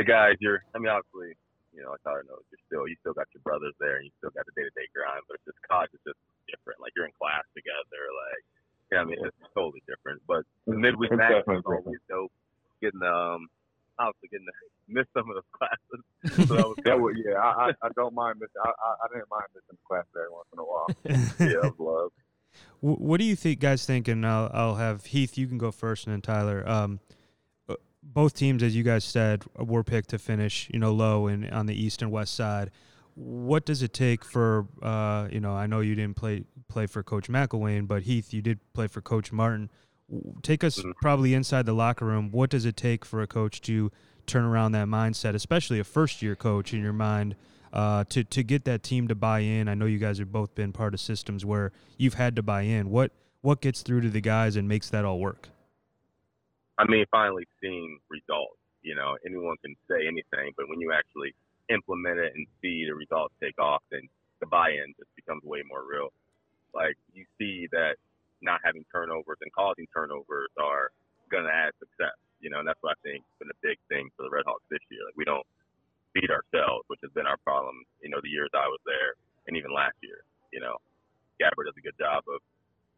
S5: the guys. You're, I mean, obviously, you know, I Tyler knows you're still, you still got your brothers there, and you still got the day to day grind. But it's just college is just different. Like you're in class together. Like, yeah, I mean, it's totally different. But the midweek
S4: It's
S5: match
S4: definitely
S5: is always dope. Getting um, obviously getting to miss some of those classes. So that was
S4: That would, yeah, I, I, I don't mind missing. I, I, I didn't mind missing class every once in a while.
S5: yeah, that was love.
S2: Wh- What do you think, guys? Think, and I'll, I'll have Heath. You can go first, and then Tyler. Um, uh, both teams, as you guys said, were picked to finish, you know, low and on the east and west side. What does it take for, uh, you know, I know you didn't play play for Coach McElwain, but Heath, you did play for Coach Martin. W- Take us
S5: Mhm.
S2: probably inside the locker room. What does it take for a coach to turn around that mindset, especially a first year coach in your mind, uh, to to get that team to buy in? I know you guys have both been part of systems where you've had to buy in. What what gets through to the guys and makes that all work?
S5: I mean, finally seeing results. You know, anyone can say anything, but when you actually implement it and see the results take off, then the buy-in just becomes way more real. Like you see that not having turnovers and causing turnovers are going to add success. You know, and that's what I think has been a big thing for the Red Hawks this year. Like we don't beat ourselves, which has been our problem. You know, the years I was there, and even last year. You know, Gabbard does a good job of,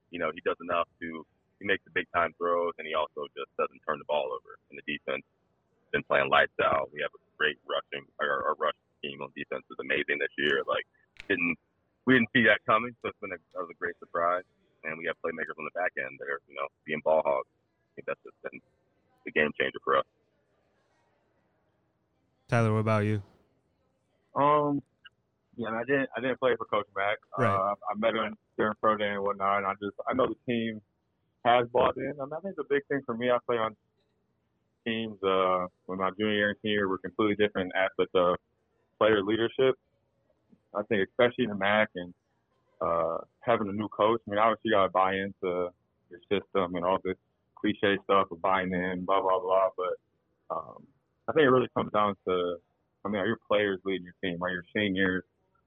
S5: you know, he does enough to he makes the big time throws and he also just doesn't turn the ball over. And the defense has been playing lights out. We have a great rushing our, our rush team on defense is amazing this year. Like didn't we didn't see that coming, so it's been a that was a great surprise. And we have playmakers on the back end that are, you know, being ball hogs. I think that's just been the game changer for us.
S2: Tyler, what about you?
S4: Um, yeah, and I didn't, I didn't play for Coach Mack.
S2: Right.
S4: Uh, I met him during pro day and whatnot. And I just, I know the team has bought in. I, mean, I think the big thing for me, I play on teams uh, when my junior year and senior year were completely different aspects of player leadership. I think especially in the MAC and uh, having a new coach. I mean, obviously you got to buy into your system and all this cliche stuff of buying in, blah blah blah. But um, I think it really comes down to, I mean, are your players leading your team? Are your seniors?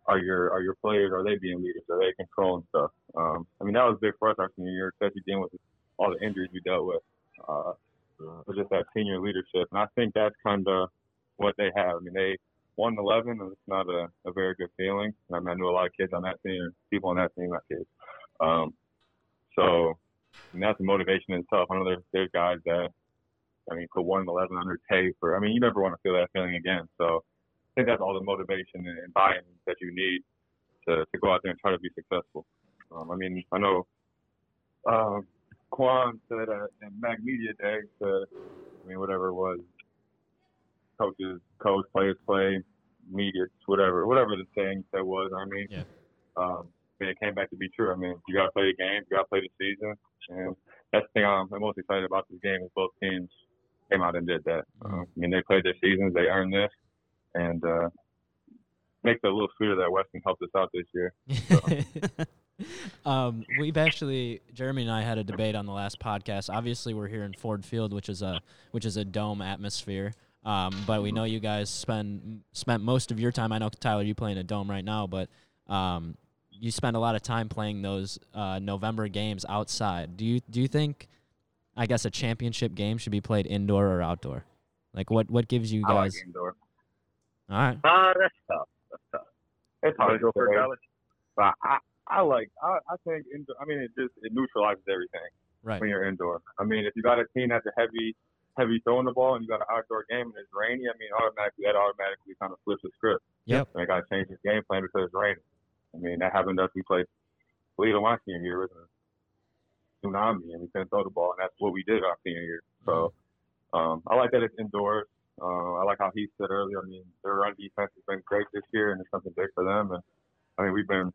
S4: Are your are your players? Are they being leaders? Are they controlling stuff? Um, I mean, that was big for us our senior year, especially dealing with all the injuries we dealt with. Uh, but just that senior leadership, and I think that's kind of what they have. I mean, they one eleven, and it's not a, a very good feeling. I mean, I knew a lot of kids on that team, people on that team, not kids. Um, so and that's a motivation in itself. I know there's, there's guys that, I mean, put one and eleven under tape, or I mean, you never want to feel that feeling again. So I think that's all the motivation and, and buy-in that you need to, to go out there and try to be successful. Um, I mean, I know um, Quan said at, at Mac Media Day, said, I mean, whatever it was, coaches, coach, players play, media, whatever, whatever the saying that was. I mean,
S1: Yeah.
S4: um, I mean, it came back to be true. I mean, you got to play the game, you got to play the season, and that's the thing I'm the most excited about this game is both teams came out and did that. Um, I mean, they played their seasons, they earned this, and uh, makes it a little sweeter that Weston helped us out this year.
S1: um, we've actually Jeremy and I had a debate on the last podcast. Obviously, we're here in Ford Field, which is a which is a dome atmosphere. Um, but we know you guys spend spent most of your time. I know Tyler, you play in a dome right now, but um, you spend a lot of time playing those uh, November games outside. Do you do you think, I guess, a championship game should be played indoor or outdoor? Like what what gives you
S4: I like
S1: guys?
S4: indoor.
S1: All right,
S5: Ah, that's tough.
S4: It's
S5: Probably
S4: hard
S5: go for a
S4: to
S5: college.
S4: but I, I like I, I think indoor. I mean, it just it neutralizes everything.
S1: right,
S4: when you're indoor. I mean, if you got a team that's a heavy, heavy throwing the ball, and you got an outdoor game and it's rainy, I mean, automatically that automatically kind of flips the script.
S1: Yep.
S4: And they got to change the game plan because it's raining. I mean, that happened to us. We played Toledo my senior year with a tsunami, and we couldn't throw the ball, and that's what we did our senior year. So um, I like that it's indoors. Uh, I like how he said earlier. I mean, their run defense has been great this year, and it's something big for them. And I mean, we've been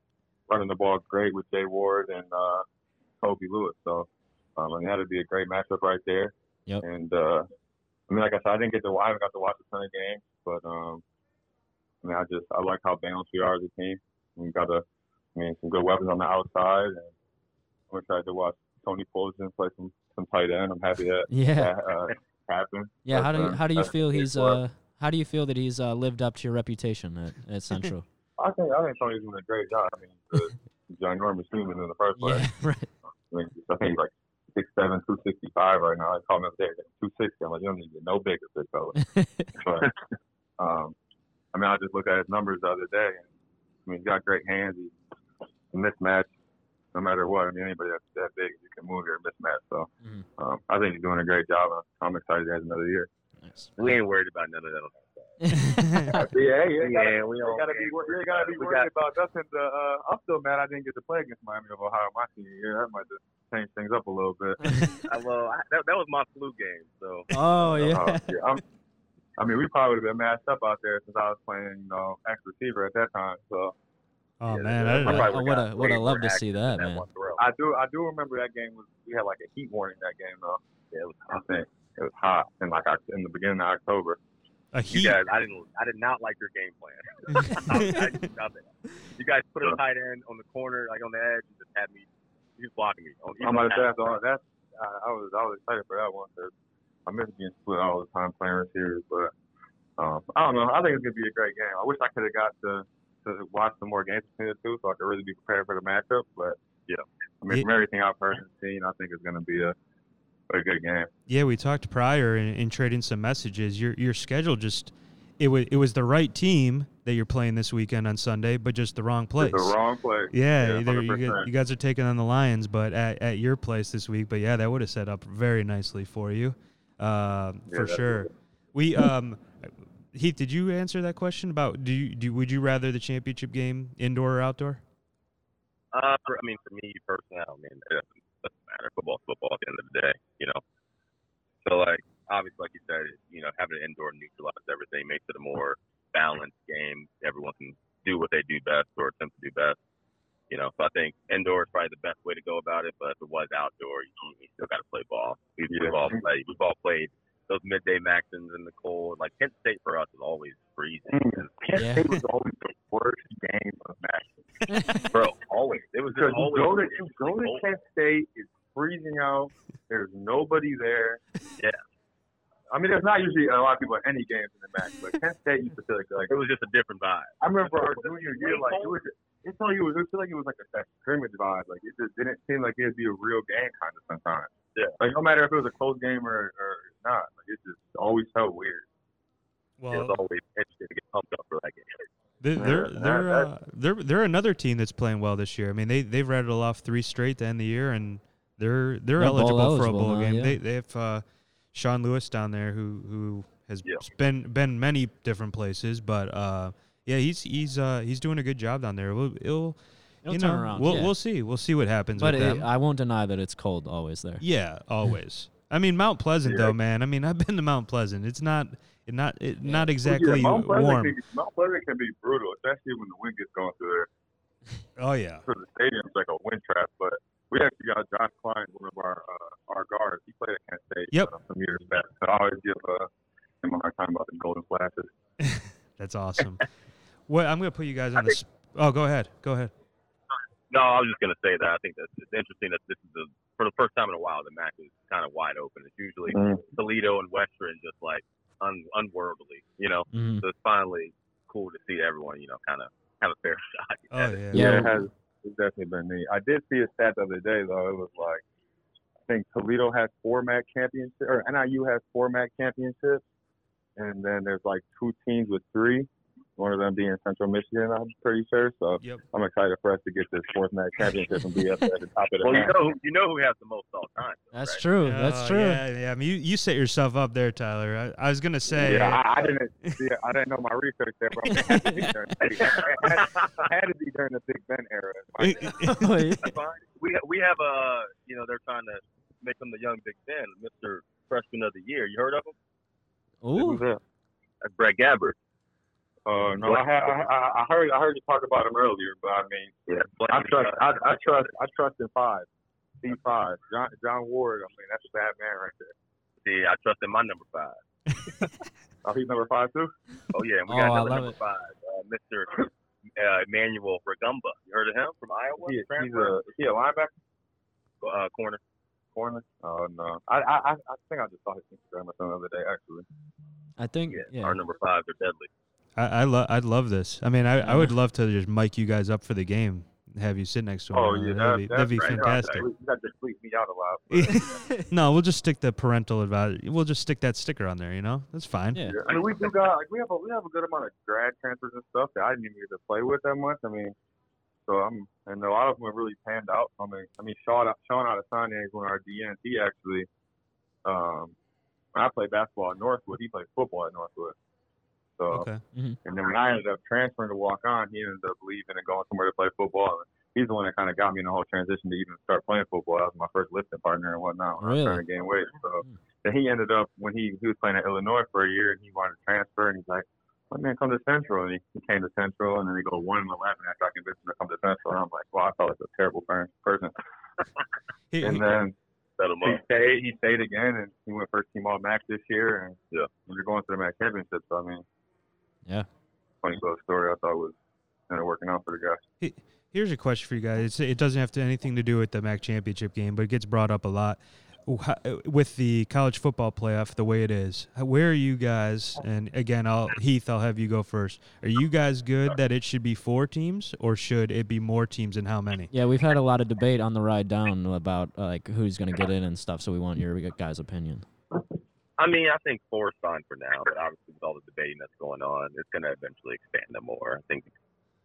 S4: running the ball great with Jay Ward and uh, Kobe Lewis. So um, and that'd be a great matchup right there.
S1: Yep.
S4: And uh, I mean, like I said, I didn't get to I haven't got to watch a ton of games, but um, I mean, I just I like how balanced we are as a team. We got a, I mean, some good weapons on the outside, and I'm excited to watch Tony Polson play some some tight end. I'm happy that
S1: yeah.
S4: that uh, happened.
S1: Yeah, how
S4: That's,
S1: do you,
S4: uh,
S1: how do you
S4: that's
S1: feel
S4: big
S1: he's
S4: for
S1: uh
S4: us.
S1: how do you feel that he's uh, lived up to your reputation at, at Central?
S4: I think I think Tony's doing a great job. I mean, he's a ginormous human in the first place.
S1: yeah, right.
S4: I, mean, I think he's like six seven, two sixty five right now. I call him up there, two sixty. I'm like, you don't need to get no bigger, big fella. but um, I mean, I just looked at his numbers the other day. And, I mean, he's got great hands. He's a mismatch, no matter what. I mean, anybody that's that big, you can move your mismatch. So
S1: Mhm.
S4: um, I think he's doing a great job. and I'm excited he has another year.
S1: Nice.
S5: We ain't worried about none of that.
S4: Yeah,
S5: Yeah, we don't.
S4: you
S5: We got-
S4: about nothing. To, uh, I'm still mad I didn't get to play against Miami of Ohio my senior year. That might just change things up a little bit.
S5: I- well, I, that, that was my flu game, so
S1: oh
S4: Uh,
S1: yeah.
S4: yeah, I'm, I mean, we probably would have been matched up out there since I was playing, you know, ex receiver at that time. So
S2: Oh
S5: Yeah,
S2: man,
S5: yeah,
S2: I
S5: my
S2: didn't
S1: I
S5: probably
S1: would
S5: got
S1: have would
S5: way
S1: have
S5: more
S1: loved to see
S5: action than
S1: that, man.
S5: one throw.
S4: I do, I do remember that game was we had like a heat warning that game though.
S5: Yeah, it was
S4: I think it was hot in like Oc- in the beginning of October.
S2: a
S5: You
S2: heat.
S5: guys, I didn't. I did not like your game plan. I, I just love it. You guys put a tight end on the corner, like on the edge, and just had me. You was blocking me. On,
S4: I'm about to say that's all. That's I, I was I was excited for that one 'cause I miss being split all the time playing receivers, but um, I don't know. I think it's gonna be a great game. I wish I could have got to to watch some more games between the two so I could really be prepared for the matchup. But yeah, I mean
S2: Yeah.
S4: from everything I've heard and seen, I think it's gonna be a a good game.
S2: Yeah, we talked prior and, and trading some messages. Your your schedule just it was it was the right team that you're playing this weekend on Sunday, but just the wrong place.
S4: It's the wrong place.
S2: yeah,
S4: Yeah,
S2: either you, gu-
S4: 100%.
S2: you guys are taking on the Lions, but at, at your place this week. But yeah, that would have set up very nicely for you, uh,
S4: Yeah,
S2: for
S4: that
S2: sure.
S4: would've-
S2: We um, Heath, did you answer that question about do you do would you rather the championship game indoor or outdoor?
S5: Uh, for, I mean, for me personally, I don't mean, it doesn't, doesn't matter. Football's football at the end of the day, you know. So, like, obviously, like you said, it- you know, having an indoor neutralizes everything, makes it a more balanced game. Everyone can do what they do best or attempt to do best. You know, so I think indoor is probably the best way to go about it. But if it was outdoor, you, you still got to play ball. We've,
S4: Yeah.
S5: we've all played. We've all played those midday maxims in the cold. Like Kent State for us is always freezing,
S4: Mm, Kent
S1: Yeah.
S4: State was always the worst game of match.
S5: bro. Always. It was
S4: Because
S5: just
S4: you
S5: always.
S4: go to you go to
S5: cold.
S4: Kent State, it's freezing out. There's nobody there.
S5: Yeah.
S4: I mean, there's not usually a lot of people at any games in the match, but Kent State used to feel like, like
S5: It was just a different vibe.
S4: I remember our junior year, like it was. It's like it was. It felt like it was like a, a scrimmage vibe. Like it just didn't seem like it'd be a real game kind of sometimes.
S5: Yeah.
S4: Like no matter if it was a close game or, or not, like it just always felt weird.
S5: it
S2: Well,
S5: was always interesting to get pumped up for that game.
S2: They- They're
S4: Yeah,
S2: they're
S4: that-
S2: uh, they're they're another team that's playing well this year. I mean, they they've rattled off three straight to end the year, and they're they're
S1: They're bowl
S2: eligible, for a
S1: eligible
S2: bowl
S1: now,
S2: game.
S1: yeah.
S2: They they have uh, Sean Lewis down there who who has
S5: Yeah.
S2: been been many different places, but uh, yeah, he's he's uh, he's doing a good job down there. We'll it'll,
S1: It'll
S2: you
S1: turn
S2: know,
S1: around,
S2: We'll
S1: yeah.
S2: we'll see we'll see what happens.
S1: but
S2: with
S1: it,
S2: them.
S1: I won't deny that it's cold always there.
S2: Yeah, always. I mean, Mount Pleasant
S4: Yeah.
S2: though, man. I mean, I've been to Mount Pleasant. It's not it not it, not exactly
S4: Yeah, Mount Pleasant
S2: warm.
S4: Can, Mount Pleasant can be brutal, especially when the wind gets going through there.
S2: Oh yeah.
S4: So the stadium's like a wind trap. But we actually got Josh Klein, one of our uh, our guards. He played at Kent State
S2: Yep.
S4: uh, some years back. So I always give uh, him a hard time about the golden flashes.
S2: That's awesome. what I'm going to put you guys on the. Sp- oh, go ahead. Go ahead.
S5: No, I was just gonna say that. I think that's it's interesting that this is the for the first time in a while the match is kind of wide open. It's usually Toledo and Western just like un, unworldly, you know.
S1: Mhm.
S5: So it's finally cool to see everyone, you know, kind of have a fair shot.
S2: Oh
S5: at it.
S2: yeah.
S1: Yeah.
S4: Yeah, it has. It's definitely been neat. I did see a stat the other day though. It was like I think Toledo has four MAC championships, or NIU has four MAC championships, and then there's like two teams with three. One of them being Central Michigan, I'm pretty sure. So
S2: Yep.
S4: I'm excited for us to get this fourth MAC championship and be up there at the top of the
S5: Well, you
S4: MAC.
S5: know, you know who has the most all time.
S1: That's
S5: right?
S1: true. That's
S2: Oh,
S1: true.
S2: Yeah, yeah. I mean, you, you set yourself up there, Tyler. I, I was going to say.
S4: yeah, I, I didn't. See, I didn't know my research there, but it had to be during, it had, it had to be during the Big Ben era.
S1: Oh, yeah.
S5: Fine. we we have a you know they're trying to make him the young Big Ben, Mister Freshman of the Year. You heard of him?
S1: Ooh.
S5: That's Brett Gabbert.
S4: Uh, no, I, had, I, I- I heard I heard you talk about him earlier, but I mean,
S5: Yeah,
S4: I trust. I, I trust. I trust in five. C five. John John Ward. I mean, that's a bad man right there.
S5: See, I trust in my number five.
S4: Oh, he's number five too.
S5: Oh yeah, and we
S1: Oh, I
S5: got another
S1: love
S5: number
S1: it.
S5: five, uh, Mr. Uh, Emmanuel Regumba. You heard of him from Iowa?
S4: He, he's
S5: Transfer,
S4: a is he a linebacker
S5: uh, corner.
S4: corner. Oh no, I I I I think I just saw his Instagram or something the other day actually.
S1: I think.
S5: Yeah,
S1: Yeah.
S5: our number fives are deadly.
S2: I, I love. I'd love this. I mean, I, I would
S1: Yeah.
S2: love to just mic you guys up for the game. Have you sit next to him?
S4: Oh yeah,
S2: that'd be,
S4: that,
S2: that'd be
S5: right.
S2: fantastic.
S4: You got to sleep me out a lot. but-
S2: no, we'll just stick the parental advisory. We'll just stick that sticker on there. You know, that's fine.
S1: Yeah.
S4: I mean, we do got like we have a we have a good amount of grad transfers and stuff that I didn't even get to play with that much. I mean, so I'm and a lot of them have really panned out. I mean, I mean Sean Sean Adesanya is one of our DNs. He actually, um, when I played basketball at Northwood. He played football at Northwood. So
S2: Okay.
S4: and then when I ended up transferring to walk on, he ended up leaving and going somewhere to play football. And he's the one that kind of got me in the whole transition to even start playing football. That was my first lifting partner and whatnot. When I was
S1: Really?
S4: trying to gain weight. So
S1: Hmm.
S4: then he ended up when he he was playing at Illinois for a year and he wanted to transfer and he's like, "Let me come to Central." And he, he came to Central and then they go one and eleven after I convinced him to come to Central. And I'm like, "Wow, I felt like a terrible per- person."
S2: He-
S4: And
S2: he-
S4: then
S5: Set 'em
S4: he
S5: up.
S4: stayed. He stayed again, and he went first team all MAC this year. And
S5: Yeah.
S4: we're going to the MAC championship. So I mean,
S1: Yeah.
S4: funny little story. I thought was kind of working out for the guy.
S2: Here's a question for you guys. It's, it doesn't have to anything to do with the MAC championship game, but it gets brought up a lot Wh- with the college football playoff the way it is. Where are you guys? And again, I'll Heath, I'll have you go first. Are you guys good that it should be four teams, or should it be more teams, and how many?
S1: Yeah, we've had a lot of debate on the ride down about uh, like who's going to get in and stuff. So we want your uh, guys' opinion.
S5: I mean, I think four is fine for now, but obviously with all the debating that's going on, it's going to eventually expand to more. I think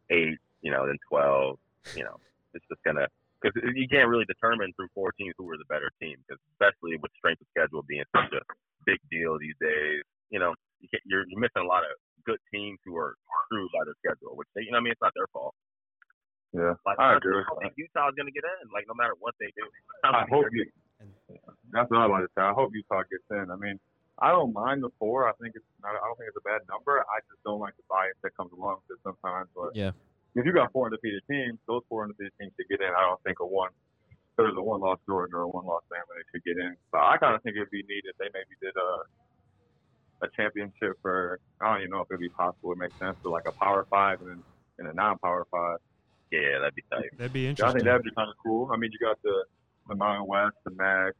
S5: eight, you know, then twelve, you know, it's just going to because you can't really determine through four teams who are the better team, 'cause especially with strength of schedule being such a big deal these days, you know, you can't, you're, you're missing a lot of good teams who are screwed by their schedule, which they, you know, what I mean, it's not their fault.
S4: Yeah,
S5: Like,
S4: I agree.
S5: I
S4: With
S5: think Utah's going to get in, like no matter what they do.
S4: that. I hope you. That's what I wanted to say. I hope Utah gets in. I mean, I don't mind the four. I think it's not. I don't think it's a bad number. I just don't like the bias that comes along with it sometimes. But
S1: Yeah.
S4: If you got four undefeated teams, those four undefeated teams should get in. I don't think a one. So there's a one loss Georgia or a one loss Bama that should get in. So I kind of think it'd be neat if they maybe did a a championship for I don't even know if it'd be possible. It makes sense for like a Power Five and and a non-Power Five.
S5: Yeah, that'd be tight.
S2: That'd be
S4: Yeah, I
S2: interesting.
S4: think that'd be kind of cool. I mean, you got the the Mountain West, the MAC.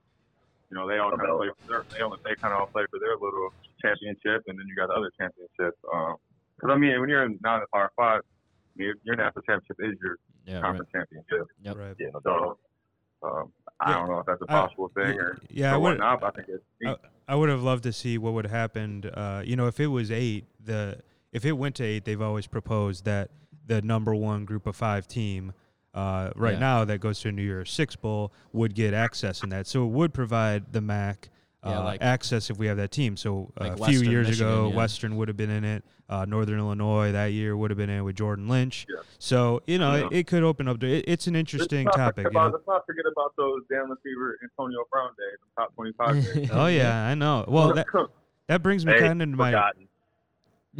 S4: You know, they all kind of play. For their, they all they kind of all play for their little championship, and then you got the other championships. Because I mean, when you're in not in Power Five, your, your national championship is your
S1: Yeah, right.
S4: conference championship.
S1: Yep.
S2: Right.
S5: Yeah, no doubt.
S4: So um, I
S2: Yeah.
S4: don't know if that's a
S2: I-
S4: possible thing or,
S2: Yeah, I
S4: or
S2: would.
S4: whatnot. But I think it's neat.
S2: I would have loved to see what would have happened. Uh, you know, if it was eight, the if it went to eight, they've always proposed that the number one group of five team uh, right
S1: Yeah.
S2: now that goes to a New Year's Six Bowl would get access in that. So it would provide the MAC. Uh,
S1: Yeah, like-
S2: access if we have that team. So uh,
S1: Like
S2: a few
S1: Western
S2: years ago,
S1: Michigan, yeah.
S2: Western would have been in it. Uh, Northern Illinois that year would have been in with Jordan Lynch.
S4: Yeah.
S2: So you know, it,
S4: Yeah.
S2: it could open up. To, it, it's an interesting
S4: let's not
S2: topic.
S4: Forget
S2: you know?
S4: about, Let's not forget about those Dan Lefevre, Antonio Brown days, the top twenty-five days.
S2: Oh yeah, I know. Well, that that brings me
S5: Hey,
S2: kind of to my
S5: forgotten.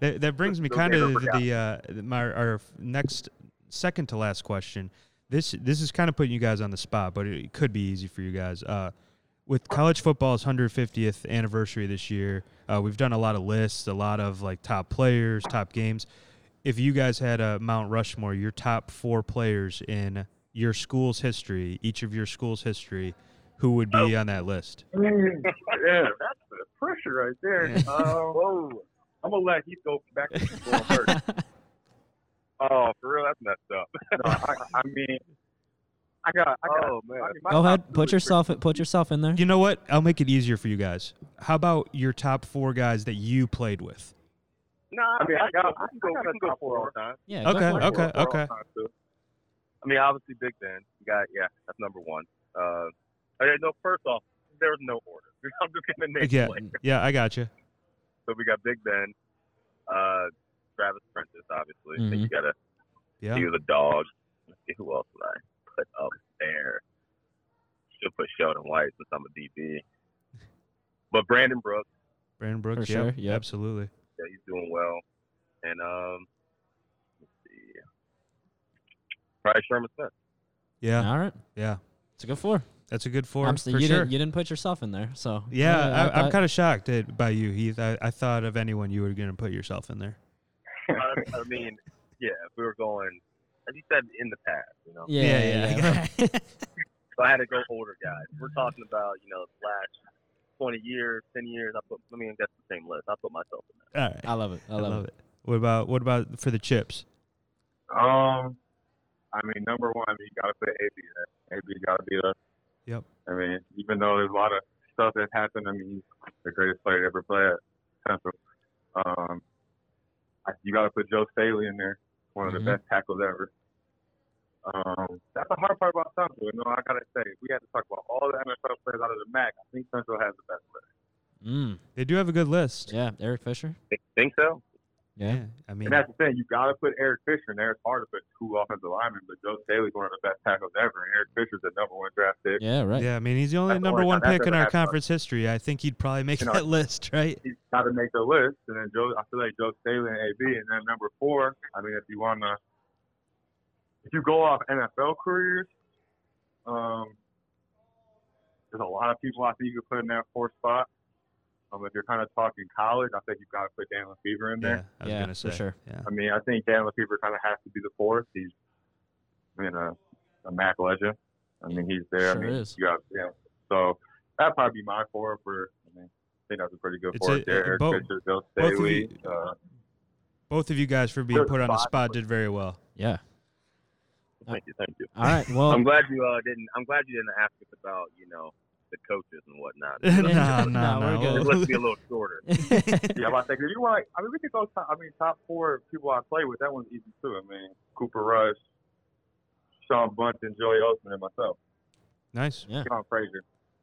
S2: that, that brings me
S4: Those
S2: kind
S4: days
S2: of
S4: are
S2: to the uh, my our next second to last question. This this is kind of putting you guys on the spot, but it could be easy for you guys. Uh, with college football's 150th anniversary this year, uh, we've done a lot of lists, a lot of like top players, top games. If you guys had a Mount Rushmore, your top four players in your school's history, each of your school's history, who would be on that list?
S4: yeah, that's the pressure right there. Uh, whoa. I'm gonna let Heath go back to school first.
S5: Oh, for real? That's messed up.
S4: No, I, I mean, I got, I got.
S5: Oh, man.
S4: I mean, my
S1: Go
S4: top
S1: ahead,
S4: two
S1: put
S4: is
S1: yourself put yourself in there.
S2: You know what? I'll make it easier for you guys. How about your top four guys that you played with?
S5: Nah,
S4: I mean, I got-
S5: I can go,
S4: I got
S5: we
S4: a
S5: can go
S4: top
S5: four
S4: four.
S5: all time.
S1: Yeah. go
S2: Okay,
S1: for it.
S4: pretty
S2: okay,
S4: cool for all
S2: okay.
S4: time, too.
S5: I mean, obviously, Big Ben. You got, yeah, that's number one. Uh, okay, no, first off, there's no order. I'm just going to name
S2: Yeah,
S5: players.
S2: yeah, I got you.
S5: So we got Big Ben, uh, Travis Prentice, obviously. I think you got to
S2: Yeah,
S5: He was a dog. Let's see who else would I put up there. Should put Sheldon White since I'm a DB. But Brandon Brooks,
S2: Brandon Brooks.
S1: For
S2: yeah,
S1: sure, yep.
S2: absolutely.
S5: yeah, he's doing well. And um, let's see, probably Sherman Smith.
S2: Yeah,
S1: All right.
S2: yeah,
S1: It's a good four.
S2: that's a good 4
S1: I'm
S2: for
S1: st- you
S2: sure.
S1: didn't you didn't put yourself in there, so
S2: yeah, I, I, am
S1: thought-
S2: kind of shocked at, by you, Heath. I, I thought of anyone you were going to put yourself in there.
S5: I, I mean, yeah, if we were going, as you said, in the past, you know.
S1: yeah
S2: Yeah,
S1: yeah.
S2: yeah,
S1: yeah.
S5: So I had to go older guys. We're talking about, you know, the last 20 years, 10 years. I put, I mean, that's the same list. I put myself in
S2: All right,
S1: I love it. I love, it.
S2: What about what about for the chips?
S4: Um, I mean, number one, you gotta put AB. there. AB gotta be there.
S2: Yep.
S4: I mean, even though there's a lot of stuff that happened, I mean, he's the greatest player to ever play at Central. Um, I, you gotta put Joe Staley in there. One of the
S1: Mhm.
S4: best tackles ever. Um, that's the hard part about Central. You know, I gotta say, if we had to talk about all the NFL players out of the MAC. I think Central has the best player.
S1: Mm,
S2: They do have a good list.
S1: yeah, Eric Fisher.
S5: there. Think so?
S1: Yeah.
S2: I mean,
S4: And that's the thing. You got to put Eric Fisher in there. It's hard to put two offensive linemen, but Joe Staley's one of the best tackles ever. And Eric Fisher's the number one draft pick.
S1: Yeah, right.
S2: yeah, I mean, he's the only
S4: That's the
S2: number
S4: only
S2: one
S4: time that's
S2: pick in
S4: ever
S2: our
S4: happened.
S2: conference history. I think he'd probably make
S4: You know-
S2: that list, right?
S4: He's got to make the list. And then Joe, I feel like Joe Staley and AB. And then number four, I mean, if you want to, if you go off NFL careers, um, there's a lot of people I think you could put in that four spot. Um, if you're kind of talking college, I think you've got to put Dan Lefevre in there.
S2: Yeah, I was
S1: Yeah,
S2: gonna
S1: for
S2: say.
S1: sure.
S2: Yeah,
S4: I mean, I think Dan Lefevre kind of has to be the fourth. He's been a, a Mac legend. I mean, he's there.
S1: Sure
S4: I mean,
S1: is.
S4: you got yeah. So that'd probably be my four for. I mean, I think that's a pretty good
S2: It's
S4: four
S2: a-
S4: there.
S2: uh,
S4: Eric
S2: bo-
S4: Fisher, Bill
S2: both of
S4: Staley.
S2: you-
S4: Uh,
S2: both of you guys for being
S4: Good
S2: put on the
S4: spot.
S2: spot did very well.
S1: Yeah.
S5: Thank you. Thank you.
S1: All right. Well,
S5: I'm glad you uh, didn't. I'm glad you didn't ask us about you know the coaches and whatnot.
S2: no, no,
S1: Yeah.
S2: no.
S1: No, we're good.
S5: Let's be a little shorter.
S4: yeah, but I think if you want, I mean, we could go. Top, I mean, top four people I play with. That one's easy too. I mean, Cooper Rush, Sean Bunton, Joey Osman, and myself.
S2: Nice.
S4: Sean Frazier.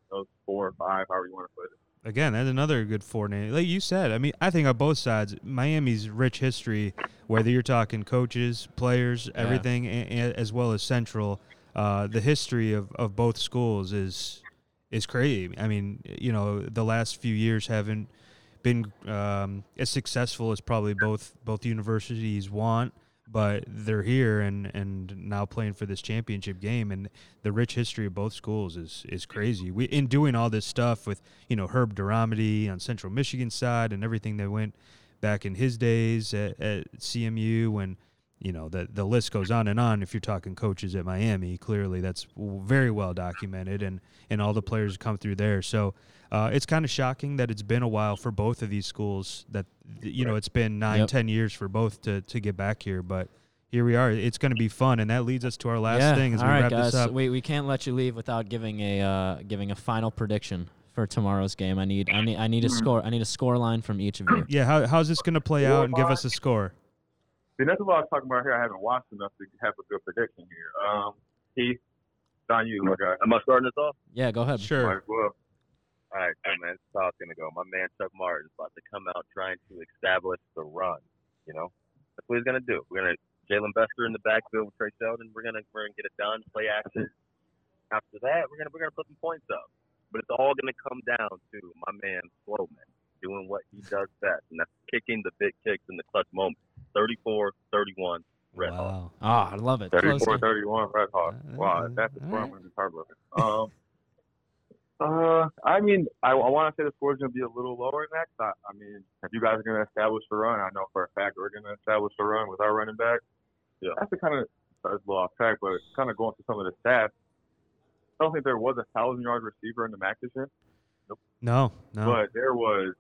S4: Those four or five, however you want to put it.
S2: again, that's another good four name. Like you said, I mean, I think on both sides, Miami's rich history, whether you're talking coaches, players, everything, a a- as well as Central, uh, the history of, of both schools is is crazy. I mean, you know, the last few years haven't been um, as successful as probably both both universities want. but they're here and and now playing for this championship game and the rich history of both schools is is crazy. We in doing all this stuff with you know Herb Duramity on Central Michigan side and everything that went back in his days at, at CMU and you know the the list goes on and on. If you're talking coaches at Miami, clearly that's w- very well documented and and all the players come through there. So. Uh, it's kind of shocking that it's been a while for both of these schools. That you know, it's been nine, ten
S1: Yep.
S2: years for both to to get back here, but here we are. It's going to be fun, and that leads us to our last
S1: yeah.
S2: thing as
S1: All
S2: we
S1: right,
S2: wrap
S1: guys.
S2: this up.
S1: We we can't let you leave without giving a uh, giving a final prediction for tomorrow's game. I need I need I
S4: Mm.
S1: need a score. I need a score line from each of you.
S2: yeah, how, how's this going to play out? And give us a score.
S4: See, that's what I was talking about here. I haven't watched enough to have a good prediction here. Um, Keith, Don, you, my guy.
S5: Am I starting this off?
S1: Yeah, go ahead.
S4: All
S2: Sure.
S4: right, well,
S5: All right, so man, that's how it's gonna go. My man Chuck Martin is about to come out trying to establish the run. You know, that's what he's gonna do. We're gonna Jalen Bester in the backfield with Trey Sheldon. We're gonna we're gonna get it done, play action. After that, we're gonna we're gonna put some points up. But it's all gonna come down to my man Slowman doing what he does best, and that's kicking the big kicks in the clutch moment. 34-31, Red Hawks.
S2: Wow.
S1: Ah, I love it. Close
S4: 34
S1: game.
S4: 31 Red Hawk.
S2: Uh,
S4: Wow, that's a
S2: all
S4: strong
S2: right.
S4: one to start with. Um, uh, I mean, I, I want to say the score's going to be a little lower next. I, I mean, if you guys are going to establish the run, I know for a fact we're going to establish the run with our running back.
S5: Yeah.
S4: That's the kind of, that's a little off track, but kind of going through some of the stats. I don't think there was a thousand yard receiver in the MAC this year.
S2: No, no.
S4: But there was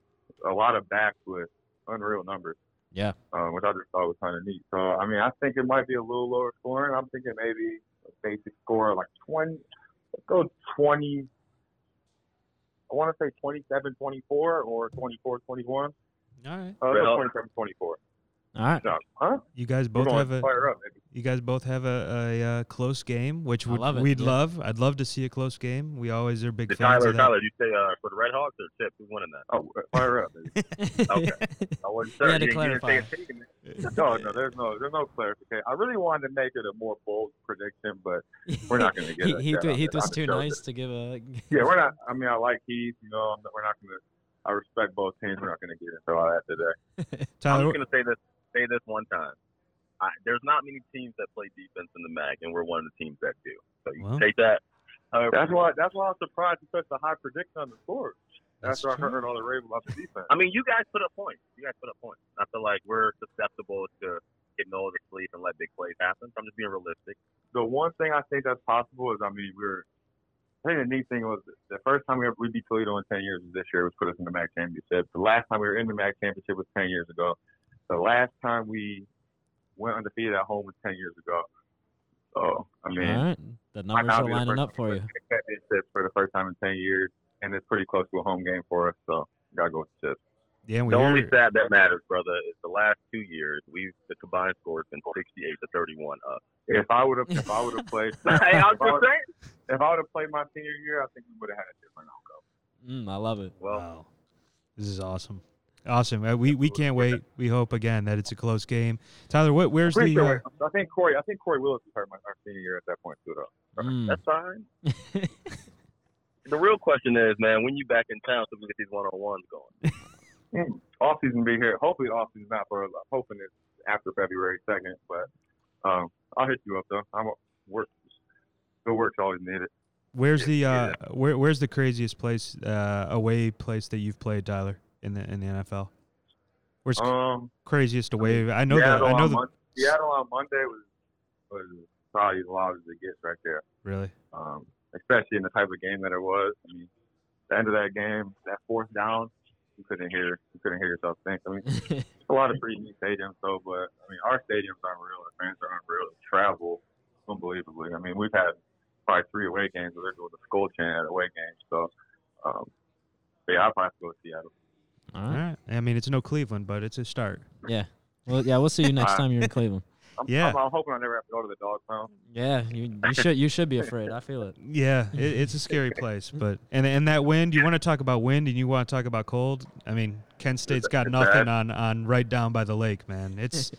S4: a lot of backs with unreal numbers.
S1: Yeah.
S4: Um, which I just thought was kind of neat. So I mean, I think it might be a little lower scoring. I'm thinking maybe a basic score like 20. Let's go 20. I want to say 27, 24 or 24, 21.
S2: all right.
S4: Uh,
S5: Right
S4: no,
S5: on.
S4: 27, 24.
S1: All right.
S4: No, huh?
S2: You guys
S4: We're
S2: both
S4: going
S2: have a
S4: fire up. Maybe.
S2: you guys both have a, a, uh close game, which
S1: I
S2: would,
S1: love it,
S2: we'd
S1: yeah.
S2: love. I'd love to see a close game. We always are big
S5: Did
S2: fans
S5: Tyler,
S2: of that.
S5: Tyler, you say uh, for the Red Hawks or Chip, who's winning that?
S4: Oh, fire up. Maybe.
S5: I wasn't
S1: We
S5: sure.
S1: had to
S5: You- you didn't say
S1: clarify.
S5: it's taken.
S4: No, no, there's no, there's no clarification. I really wanted to make it a more bold prediction, but we're not going to get
S1: he
S4: it.
S1: he,
S4: Yeah,
S1: th- he
S4: I'm
S1: was
S4: just
S1: too
S4: joking.
S1: nice to give a.
S4: Yeah, we're not. I mean, I like Heath. You know, I'm- we're not gonna. I respect both teams. We're not gonna get into all that today.
S2: Tyler,
S5: I'm just gonna say this say this one time. I, there's not many teams that play defense in the MAC, and we're one of the teams that do. So you
S2: Well.
S5: take that. however
S4: That's
S5: you
S4: why. That's why I'm surprised you such a high prediction on the score.
S2: That's
S4: That's after I
S2: true.
S4: heard all the rave about the defense.
S5: I mean, you guys put up points. You guys put up points. I feel like we're susceptible to getting over the sleep and let big plays happen. So I'm just being realistic.
S4: The one thing I think that's possible is, I mean, we're. I think the neat thing was the first time we ever, we beat Toledo in ten years was this year, which put us in the MAC championship. The last time we were in the MAC championship was ten years ago. The last time we went undefeated at home was ten years ago. So I mean,
S1: All right. The numbers
S4: Might not
S1: are
S4: be the
S1: lining
S4: first
S1: up
S4: time
S1: for
S4: we've
S1: you.
S4: been Championships for the first time in ten years, and it's pretty close to a home game for us. So gotta go with the Chips.
S2: yeah, and we
S5: the only
S2: hear-
S5: stat that matters, brother, is the last two years we've the combined score has been 68 to 31 up.
S4: If I would have, if I would have played,
S5: hey, I'm
S4: if I
S5: just
S4: would
S5: saying.
S4: have played my senior year, I think we would have had a different outcome.
S1: Mm, I love it.
S5: Well,
S2: Wow. This is awesome. Awesome. Uh, we we can't wait. We hope again that it's a close game. Tyler, what
S4: I'm
S2: where's
S4: pretty
S2: the uh,
S4: sure- I think Corey, I think Corey Willis was hurt my our senior year at that point too, though.
S1: Mm.
S5: that's fine. The real question is, man, when you back in town so we can get these one on ones going.
S4: Off season be here. Hopefully, off season's not for. I'm hoping it's after February second, but um, I'll hit you up though. I'm a work. Good work's always needed.
S2: where's the uh, where where's the craziest place uh, away place that you've played, Tyler, in the in the NFL? Where's the
S4: Um,
S2: craziest away? I know that
S4: Seattle
S2: I know
S4: on
S2: that
S4: Mon- Seattle on Monday was was probably as loud as it gets right there.
S2: really.
S4: Um, especially in the type of game that it was. I mean, the end of that game, that fourth down, you couldn't hear you couldn't hear yourself think. I mean, it's a lot of pretty neat stadiums though, but I mean our stadium's unreal, the fans are unreal, the travel unbelievably. I mean, we've had probably three away games where there's a skull chant at away games, so um but yeah, I'll probably have to go to Seattle.
S1: All
S2: All
S1: right.
S2: right. I mean, it's no Cleveland, but it's a start.
S1: Yeah. Well, yeah. We'll see you next
S4: Uh,
S1: time you're in Cleveland.
S4: I'm,
S2: Yeah.
S4: I'm, I'm hoping I never have to go to the dog pound.
S1: Yeah. You, you should you should be afraid. I feel it.
S2: Yeah, it, it's a scary place, but and and that wind. You want to talk about wind, and you want to talk about cold. I mean, Kent State's got
S4: it's
S2: nothing
S4: bad.
S2: on on right down by the lake, man. It's.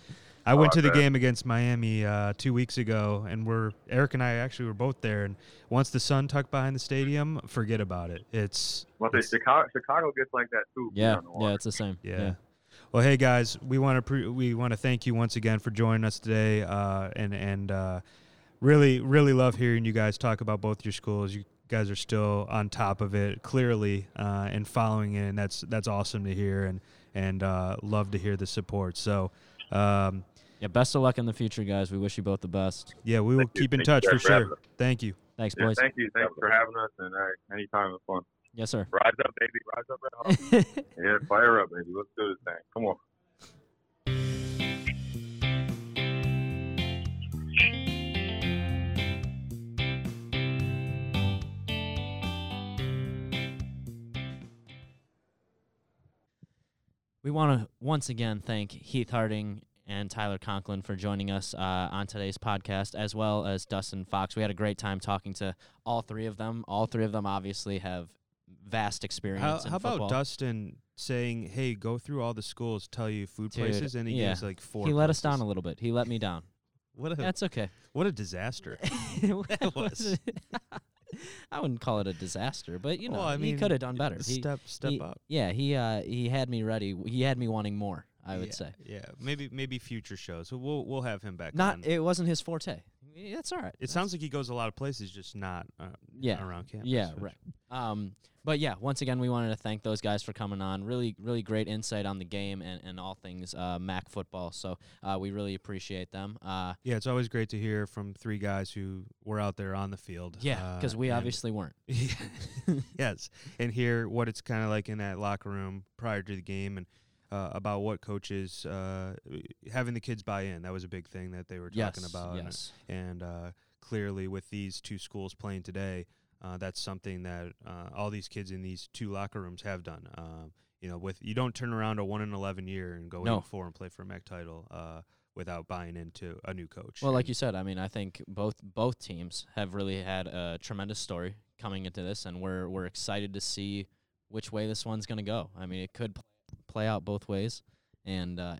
S2: I went
S4: Oh, I
S2: to the
S4: bet.
S2: game against Miami uh, two weeks ago, and we're Eric and I actually were both there. And once the sun tucked behind the stadium, forget about it. It's
S4: Well, they, Chicago, Chicago gets like that too.
S1: Yeah.
S4: beyond the
S1: Yeah.
S4: water.
S1: It's the same.
S2: yeah. Well, hey guys, we want to pre- we want to thank you once again for joining us today, uh, and and uh, really really love hearing you guys talk about both your schools. You guys are still on top of it clearly uh, and following it, and that's that's awesome to hear, and and uh, love to hear the support. So. Um,
S1: Yeah, best of luck in the future, guys. We wish you both the best.
S2: yeah, we will
S5: Thank you.
S2: keep in
S5: Thank you
S2: touch
S5: guys
S2: for
S5: for having
S2: sure.
S5: us.
S2: Thank you.
S1: Thanks,
S4: Yeah,
S1: boys.
S4: thank you. Thanks for having us. And uh, anytime, it's fun.
S1: yes, sir.
S5: Rise up, baby. Rise up, Red Hawks.
S4: Oh. Yeah, fire up, baby. Let's do this thing. Come on.
S1: We want to once again thank Heath Harding and Tyler Conklin for joining us uh, on today's podcast, as well as Dustin Fox. We had a great time talking to all three of them. All three of them obviously have vast experience.
S2: How,
S1: in
S2: how
S1: football.
S2: about Dustin saying, "Hey, go through all the schools, tell you food
S1: Dude,
S2: places," and he
S1: yeah.
S2: gives like four.
S1: He let us down
S2: places.
S1: a little bit. He let me down.
S2: What a
S1: That's okay.
S2: what a disaster!
S1: That
S2: was-
S1: I wouldn't call it a disaster, but you know,
S2: Well, I
S1: he
S2: mean,
S1: could have done better. He-
S2: Step step
S1: he-
S2: up.
S1: Yeah, he uh, he had me ready. He had me wanting more. I would
S2: Yeah,
S1: say.
S2: Yeah, maybe maybe future shows. So We'll we'll have him back.
S1: Not.
S2: on. It,
S1: It wasn't his forte. That's all right.
S2: sounds like he goes a lot of places, just not uh,
S1: Yeah.
S2: around campus.
S1: Yeah,
S2: which-
S1: right. Um, but yeah, once again, we wanted to thank those guys for coming on. Really, really great insight on the game and, and all things uh, MAC football. So uh, we really appreciate them. Uh,
S2: Yeah, it's always great to hear from three guys who were out there on the field.
S1: yeah, because
S2: uh,
S1: we
S2: and-
S1: obviously weren't.
S2: yes, and hear what it's kind of like in that locker room prior to the game and. Uh, about what coaches uh, having the kids buy in that was a big thing that they were talking
S1: yes,
S2: about and-
S1: yes.
S2: and uh, clearly with these two schools playing today, uh, that's something that uh, all these kids in these two locker rooms have done. Um, you know, with you don't turn around a one and eleven year and go
S1: No.
S2: eight and four and play for a MAC title uh, without buying into a new coach.
S1: Well, like
S2: And
S1: you said, I mean, I think both both teams have really had a tremendous story coming into this, and we're we're excited to see which way this one's going to go. I mean, it could pl- play out both ways, and uh,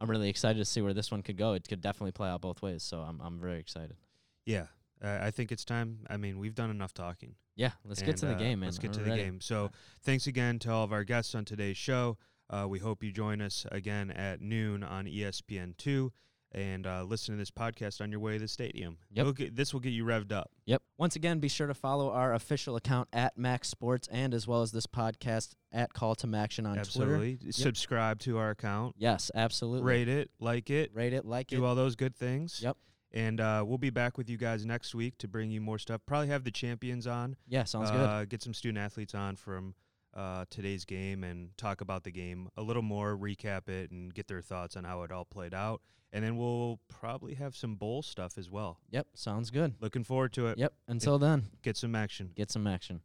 S1: I'm really excited to see where this one could go. It could definitely play out both ways, so I'm I'm very excited.
S2: yeah, uh, I think it's time. I mean, we've done enough talking.
S1: Yeah, let's get
S2: And,
S1: to the
S2: uh,
S1: game, man.
S2: Let's get
S1: I'm
S2: to the
S1: ready.
S2: game. So, thanks again to all of our guests on today's show. Uh, we hope you join us again at noon on E ESPN2 and uh, listen to this podcast on your way to the stadium.
S1: Yep.
S2: It'll get- this will get you revved up.
S1: Yep. Once again, be sure to follow our official account at Max Sports and as well as this podcast at Call to Maction on Twitter.
S2: Absolutely. Subscribe to our account,
S1: Yes, absolutely.
S2: rate it, like it,
S1: Rate it, like it.
S2: do all those good things.
S1: Yep.
S2: And uh, we'll be back with you guys next week to bring you more stuff. Probably have the champions on.
S1: Yeah, sounds good.
S2: uh, Get some student athletes on from uh, today's game and talk about the game a little more, recap it, and get their thoughts on how it all played out. And then we'll probably have some bowl stuff as well.
S1: Yep, sounds good.
S2: Looking forward to it.
S1: Yep, until then,
S2: Get some action.
S1: get some action.